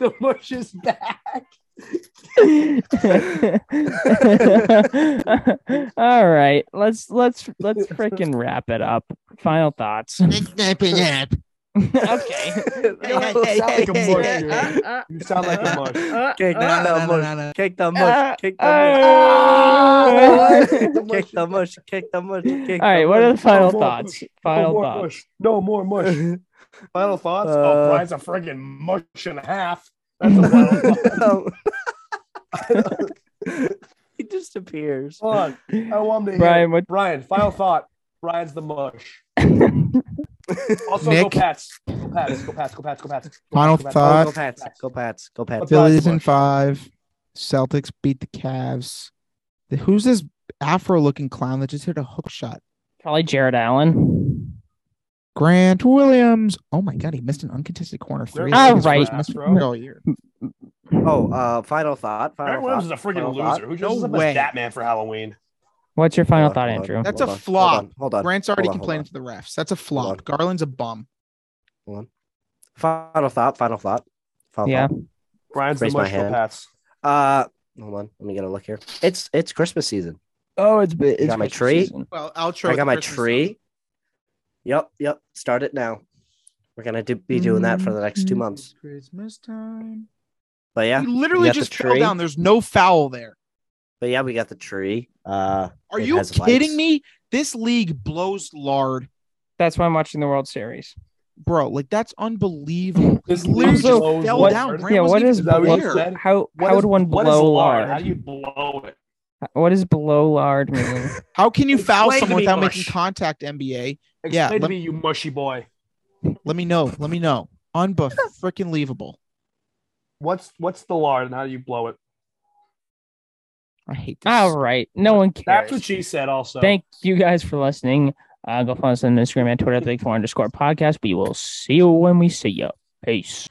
The mush is back. All right, let's let's let's freaking wrap it up. Final thoughts. Let's snap it up. okay. Uh, You sound like a mush. Kick the mush. Kick the mush. Kick the mush. Oh, Ah. Kick the mush. Kick the mush. Kick All right, what are the final more thoughts? push. Final no more thoughts. mush. No more mush. the? Final thoughts? Uh, oh, Brian's a friggin' mush and a half. That's a final thought. he disappears. Hold on. I want to hear Brian, it. what- Brian, final thought. Brian's the mush. Also, Nick? go Pats. Go Pats. Go Pats. Go Pats. Go Pats. Final Go Pats, go Oh, thought. go Pats. Go Pats. Go Pats. Phillies in five. Celtics beat the Cavs. The- Who's this afro-looking clown that just hit a hook shot? Probably Jared Allen. Grant Williams. Oh my God, he missed an uncontested corner three. All His right. first missed field all year. Oh, uh, final thought. Brian Final Williams is thought. a final friggin' thought. loser. Who No dresses up way. as Batman for Halloween? What's your final Hold on, thought, hold on, Andrew? hold That's a on, hold flop. on, Hold on. Grant's already Hold on, hold complaining on. to the refs. That's a Hold flop. on. Garland's a bum. Hold on. Final thought. Final thought. Final Yeah. thought. Brian's Raise the my mush. Go hand. Pats. Uh, hold on. Let me get a look here. It's it's Christmas season. Oh, it's been. got my tree? Well, outro. I got my tree. Yep, yep. Start it now. We're gonna do, be doing that for the next Mm-hmm. two months. Christmas time. But yeah, He literally got the just fell tree. down. There's no foul there. but yeah, we got the tree. Uh, Are It you has kidding lights. me? This league blows lard, That's why I'm watching the World Series. bro. Like that's unbelievable. This He literally league just blows fell lard. down. Grant yeah, what wasn't is even that what blow- you there. said? How What how is- would one what is blow lard? How lard? do you blow it? What does blow lard mean? How can you foul Explain to someone me, without Marsh. making contact? NBA. Explain Yeah, to let- me, you mushy boy. Let me know. Let me know. Unbuff freaking leavable. What's what's the lard and how do you blow it? I hate this. All right, no one cares. That's what she said. Also, Thank you guys for listening. Uh, go follow us on Instagram and Twitter at the Big Four underscore podcast. We will see you when we see you. Peace.